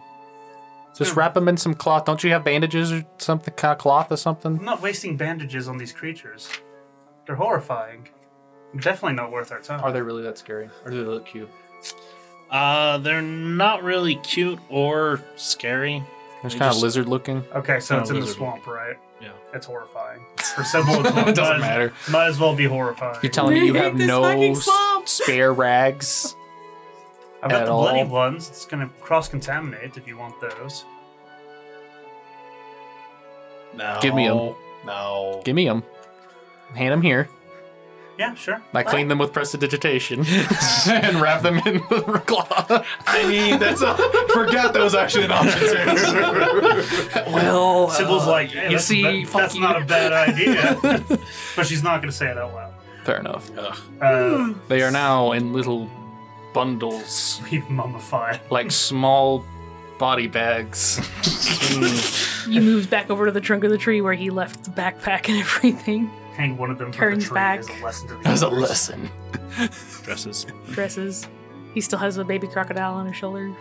Speaker 3: Just wrap them in some cloth. Don't you have bandages or something? Kind of cloth or something?
Speaker 5: I'm not wasting bandages on these creatures. They're horrifying. Definitely not worth our time.
Speaker 3: Are they really that scary? Or do they look cute?
Speaker 4: Uh, they're not really cute or scary.
Speaker 3: They're just
Speaker 4: They
Speaker 3: kind of
Speaker 4: just-
Speaker 3: lizard looking.
Speaker 5: Okay, so
Speaker 4: Kinda
Speaker 5: it's in the
Speaker 4: lizard-like.
Speaker 5: swamp, right?
Speaker 4: Yeah.
Speaker 5: It's horrifying. For someone, it doesn't might
Speaker 3: matter.
Speaker 5: As, might as well be horrifying.
Speaker 3: You're telling me you have
Speaker 7: this
Speaker 3: no
Speaker 7: fucking
Speaker 3: s-
Speaker 7: swamp.
Speaker 3: spare rags?
Speaker 5: I've got
Speaker 3: at
Speaker 5: the bloody
Speaker 3: all.
Speaker 5: ones. It's gonna cross-contaminate if you want those.
Speaker 9: No.
Speaker 3: Give me 'em.
Speaker 9: No.
Speaker 3: Give me them. Hand them here.
Speaker 5: Yeah, sure.
Speaker 3: I clean them with prestidigitation and wrap them in the cloth.
Speaker 9: I mean, that's a. forgot that was actually an option too.
Speaker 3: Well, uh,
Speaker 5: Sybil's like, hey,
Speaker 3: you
Speaker 5: Uh, that's,
Speaker 3: see,
Speaker 5: that-
Speaker 3: fuck
Speaker 5: that's
Speaker 3: you.
Speaker 5: not a bad idea, but she's not gonna say it out loud.
Speaker 3: fair enough.
Speaker 5: Uh,
Speaker 3: They are now in little bundles,
Speaker 5: we've mummified.
Speaker 3: like small body bags.
Speaker 7: He moves back over to the trunk of the tree where he left the backpack and everything.
Speaker 5: Hang one of them from the
Speaker 7: Turns
Speaker 5: tree
Speaker 7: back.
Speaker 5: as a lesson to the
Speaker 3: As a
Speaker 5: others.
Speaker 3: lesson.
Speaker 4: Dresses.
Speaker 7: Dresses. He still has a baby crocodile on his shoulder.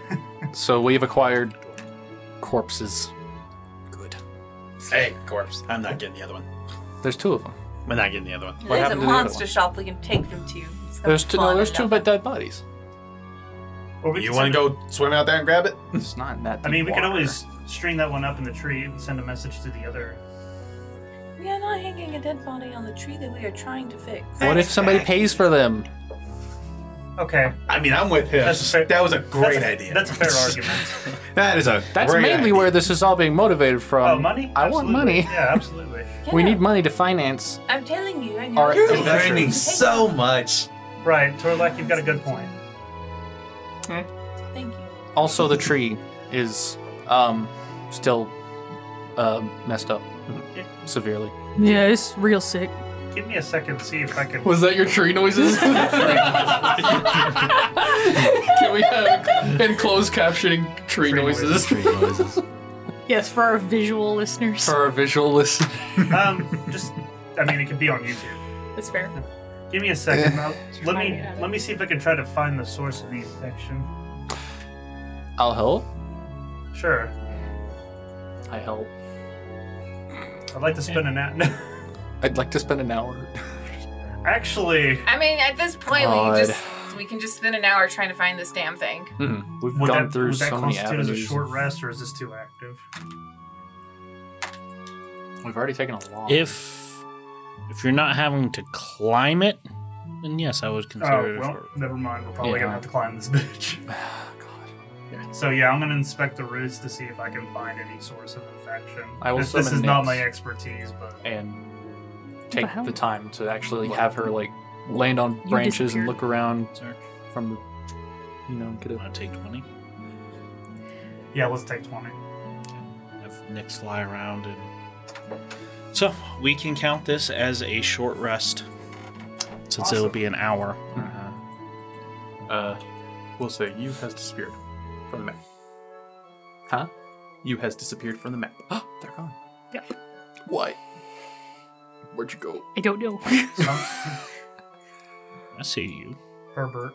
Speaker 3: So we've acquired corpses. Good.
Speaker 9: hey, corpse. I'm not getting the other one.
Speaker 3: There's two of them.
Speaker 9: I'm not getting the other one.
Speaker 3: What
Speaker 8: There's a
Speaker 3: happened to the other
Speaker 8: monster
Speaker 3: one?
Speaker 8: shop we can take them to. It's gonna
Speaker 3: There's
Speaker 8: be
Speaker 3: two. No,
Speaker 8: fun
Speaker 3: there's
Speaker 8: and
Speaker 3: two,
Speaker 8: nothing.
Speaker 3: but dead bodies.
Speaker 5: Or we
Speaker 9: You
Speaker 5: can
Speaker 9: want
Speaker 5: send
Speaker 9: to go swim out there and grab it?
Speaker 3: It's not in that.
Speaker 5: I
Speaker 3: deep
Speaker 5: mean, we could
Speaker 3: water.
Speaker 5: always string that one up in the tree and send a message to the other.
Speaker 8: We are not hanging a dead body on the tree that we are trying to fix.
Speaker 3: What if somebody pays for them?
Speaker 5: Okay,
Speaker 9: I mean, I'm with him.
Speaker 5: That's fair.
Speaker 9: That was a great
Speaker 5: that's a,
Speaker 9: idea.
Speaker 5: That's a fair argument.
Speaker 9: That is a.
Speaker 3: That's
Speaker 9: great
Speaker 3: mainly
Speaker 9: idea.
Speaker 3: where this is all being motivated
Speaker 9: Um,
Speaker 3: from.
Speaker 5: oh, money?
Speaker 3: I want
Speaker 5: Absolutely.
Speaker 3: money.
Speaker 5: Yeah, absolutely.
Speaker 8: Yeah,
Speaker 3: We need money to finance.
Speaker 8: I'm telling you, I know.
Speaker 3: Our-
Speaker 8: You're
Speaker 9: You're learning so much.
Speaker 5: Right, Torlak, you've got a good point.
Speaker 10: Thank you.
Speaker 3: Also, the tree is um, still uh, messed up severely.
Speaker 7: Yeah, it's real sick.
Speaker 5: Give me a second to see if I can.
Speaker 11: Was that your tree noises? Can we have in closed captioning tree, noises,
Speaker 9: Tree noises.
Speaker 7: Yes, for our visual listeners.
Speaker 11: for our visual listen?
Speaker 5: Um, just, I mean, it could be on YouTube.
Speaker 7: That's fair.
Speaker 5: Give me a second. I'll- let
Speaker 10: Try
Speaker 5: me
Speaker 10: it out.
Speaker 5: let me see if I can try to find the source of the infection.
Speaker 3: I'll help.
Speaker 5: Sure,
Speaker 3: I help.
Speaker 5: I'd like to spend an hour.
Speaker 3: I'd like to spend an hour.
Speaker 5: Actually,
Speaker 8: I mean, at this point,
Speaker 3: God.
Speaker 8: we just we can just spend an hour trying to find this damn thing.
Speaker 3: We've
Speaker 5: would
Speaker 3: gone
Speaker 5: that,
Speaker 3: through
Speaker 5: would that
Speaker 3: so many
Speaker 5: constitute as
Speaker 3: avenues.
Speaker 5: a short rest, or is this too active?
Speaker 3: We've already taken a long.
Speaker 4: If if you're not having to climb it, then yes, I would consider
Speaker 5: oh
Speaker 4: it a
Speaker 5: well,
Speaker 4: short.
Speaker 5: never mind. We're probably
Speaker 3: Yeah. Oh,
Speaker 5: gonna have to climb this bitch. So yeah, I'm gonna inspect the roots to see if I can find any source of infection.
Speaker 3: I will
Speaker 5: This, this is
Speaker 3: summon
Speaker 5: not
Speaker 3: Nyx.
Speaker 5: my expertise, but
Speaker 3: and take
Speaker 7: hell?
Speaker 3: the time to actually have her like land on branches and
Speaker 7: disappeared.
Speaker 3: look around
Speaker 4: Sorry.
Speaker 3: from the, you know, get a
Speaker 4: Want to take twenty?
Speaker 5: yeah, let's take twenty.
Speaker 4: Have Nyx fly around and. So we can count this as a short rest, since it'll
Speaker 5: Awesome.
Speaker 4: be an hour.
Speaker 9: Uh, we'll say you has disappeared from the map.
Speaker 3: Huh?
Speaker 9: You has disappeared from the map.
Speaker 3: They're gone.
Speaker 11: What? Where'd you go?
Speaker 7: I don't know.
Speaker 4: I see you.
Speaker 5: Herbert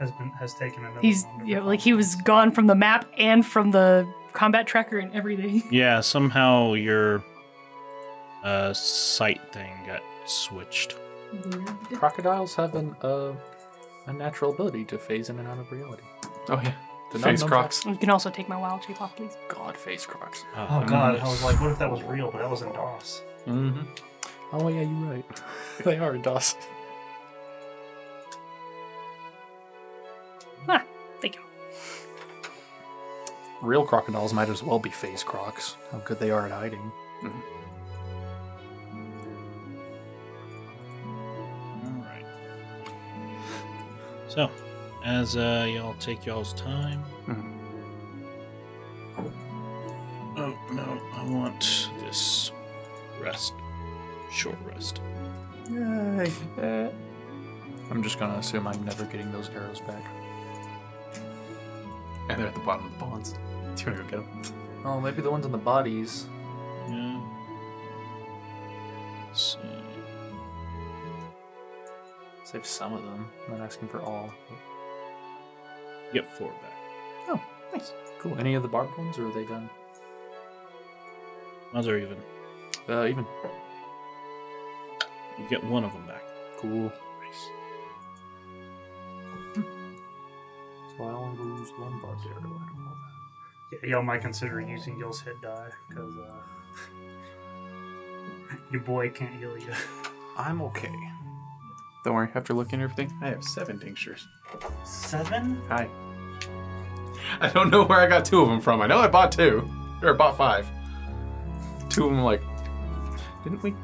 Speaker 5: has been has taken another.
Speaker 7: He's
Speaker 5: one.
Speaker 7: yeah, like he was gone from the map and from the combat tracker and everything.
Speaker 4: Yeah, somehow your uh, sight thing got switched.
Speaker 3: Crocodiles have an uh, a natural ability to phase in and out of reality.
Speaker 9: Oh yeah,
Speaker 3: The
Speaker 9: face
Speaker 3: num-nums
Speaker 9: crocs.
Speaker 7: You can also take my wild shape off, please.
Speaker 3: have- God, face crocs.
Speaker 5: Oh god, I was like, what if that was real? But that was in DOS.
Speaker 9: Mm-hmm.
Speaker 3: Oh yeah, you're right. they are in dust.
Speaker 7: Ah, thank you.
Speaker 3: Real crocodiles might as well be face crocs. How good they are at hiding.
Speaker 4: All right. So, as uh, y'all take y'all's time. Oh no, I want this rest, short rest.
Speaker 3: Uh, I'm just gonna assume I'm never getting those arrows back.
Speaker 9: And they're at the bottom of the bonds. Do you want to go get them?
Speaker 3: Oh, maybe the ones on the bodies.
Speaker 4: Yeah. Let's see.
Speaker 3: Save some of them. I'm not asking for all.
Speaker 4: Get four back.
Speaker 3: Oh, Cool. Any of the barbed ones, or are they done?
Speaker 4: Those are even.
Speaker 3: Uh, even.
Speaker 4: You get one of them back.
Speaker 3: Cool. Nice. Hmm. So I only lose one barbed arrow out of all that.
Speaker 5: Yeah, y'all might consider using y'all's hit die because uh, your boy can't heal you.
Speaker 3: I'm okay.
Speaker 9: Don't worry. After looking at everything, I have seven tinctures.
Speaker 5: Seven?
Speaker 9: Hi. I don't know where I got two of them from. I know I bought two, or I bought five. Two of them, like, didn't we?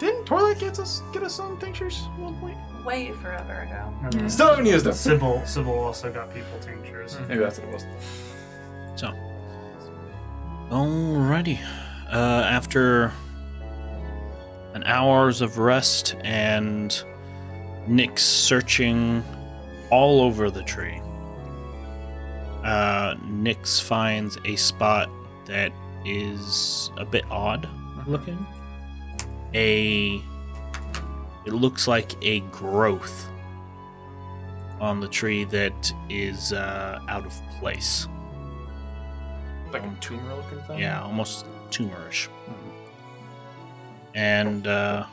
Speaker 9: Didn't Torlight get us get us some tinctures at one point?
Speaker 8: Way forever ago.
Speaker 5: And then
Speaker 9: Still haven't used them.
Speaker 5: Sybil, Sybil also got people tinctures.
Speaker 9: Maybe that's what it was.
Speaker 4: So. Alrighty. Uh, after an hours of rest and Nick searching all over the tree, uh, Nix finds a spot that is a bit odd looking. A. It looks like a growth on the tree that is uh, out of place.
Speaker 3: Like a tumor looking thing.
Speaker 4: Yeah, almost tumorish. And uh,
Speaker 9: How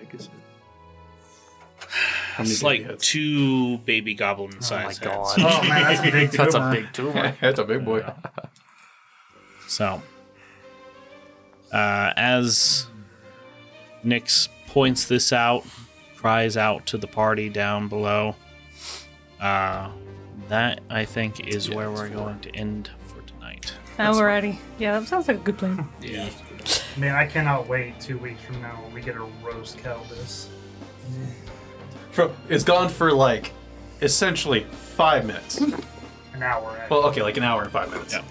Speaker 9: big is it? many
Speaker 4: it's
Speaker 9: baby
Speaker 4: like
Speaker 9: heads?
Speaker 4: two baby goblin
Speaker 3: Oh my
Speaker 4: size
Speaker 3: god.
Speaker 4: heads.
Speaker 5: Oh man, that's a big
Speaker 3: That's a
Speaker 5: tumor.
Speaker 3: big tumor.
Speaker 9: that's a big boy.
Speaker 4: So, uh, as Nix points this out, cries out to the party down below, uh, that I think is where we're going to end for tonight.
Speaker 7: Alrighty. Yeah, that sounds like a good plan.
Speaker 5: Man, I cannot wait two weeks from now when we get a roast cow this.
Speaker 1: From, it's gone for like essentially five minutes.
Speaker 5: An hour. at-
Speaker 1: Well, okay, like an hour and five minutes. Yeah.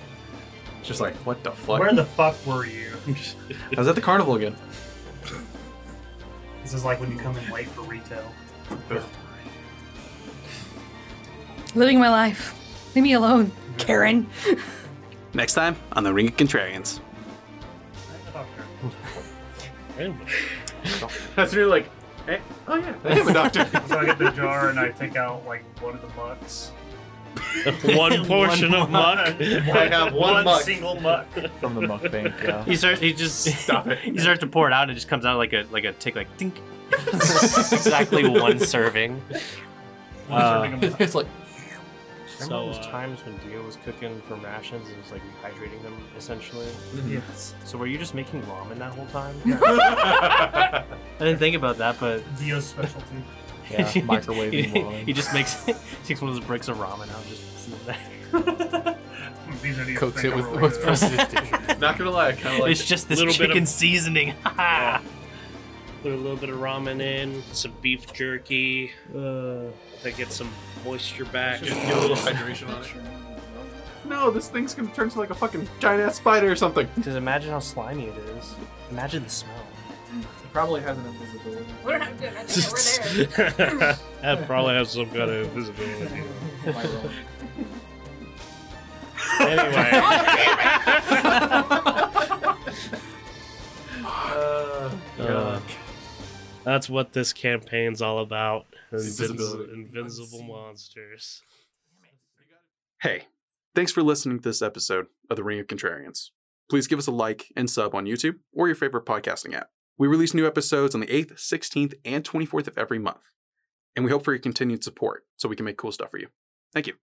Speaker 1: Just like, what the fuck?
Speaker 5: Where the fuck were you?
Speaker 1: I was at the carnival again.
Speaker 5: This is like when you come in late for retail.
Speaker 7: Living my life. Leave me alone, Karen.
Speaker 9: Next time on the Ring of Contrarians.
Speaker 1: That's really like, eh, oh yeah, I am a doctor.
Speaker 5: so I get the jar and I take out like one of the mucks.
Speaker 4: One portion of muck.
Speaker 1: I have one muck.
Speaker 5: single muck.
Speaker 3: From the mukbang, yeah.
Speaker 8: You start. You just
Speaker 1: stop it.
Speaker 8: You start to pour it out. It just comes out like a like a tick like dink.
Speaker 9: exactly one serving.
Speaker 8: One serving of
Speaker 3: it's like
Speaker 9: Remember
Speaker 8: So,
Speaker 9: those
Speaker 8: uh,
Speaker 9: times when Dio was cooking for rations and was like rehydrating them essentially?
Speaker 8: Mm-hmm.
Speaker 5: Mhm. Yes.
Speaker 9: So were you just making ramen that whole time?
Speaker 8: I didn't think about that, but
Speaker 5: Dio's specialty.
Speaker 9: Yeah,
Speaker 8: he,
Speaker 9: microwaving ramen.
Speaker 8: he just makes takes one of those bricks of ramen out, just
Speaker 5: These are the
Speaker 3: Cooks it with- with precision.
Speaker 1: Not gonna lie, I kinda like
Speaker 8: it's
Speaker 1: it.
Speaker 8: just this
Speaker 1: Little bit
Speaker 8: chicken
Speaker 1: of-
Speaker 8: seasoning.
Speaker 4: Put a little bit of ramen in, some beef jerky. Uh, I get some moisture back.
Speaker 1: Just do a little hydration on it. No, this thing's gonna turn into like a fucking giant ass spider or something.
Speaker 9: Because imagine how slimy it is. Imagine the smell.
Speaker 12: It probably has an invisibility.
Speaker 6: We're not doing it. We're there.
Speaker 4: that probably has some kind of visibility. anyway, uh, that's what this campaign's all about. Invinci-
Speaker 1: Invisibility.
Speaker 4: invincible monsters.
Speaker 1: Hey, thanks for listening to this episode of The Ring of Contrarians. Please give us a like and sub on YouTube or your favorite podcasting app. We release new episodes on the 8th, 16th, and 24th of every month. And we hope for your continued support so we can make cool stuff for you. Thank you.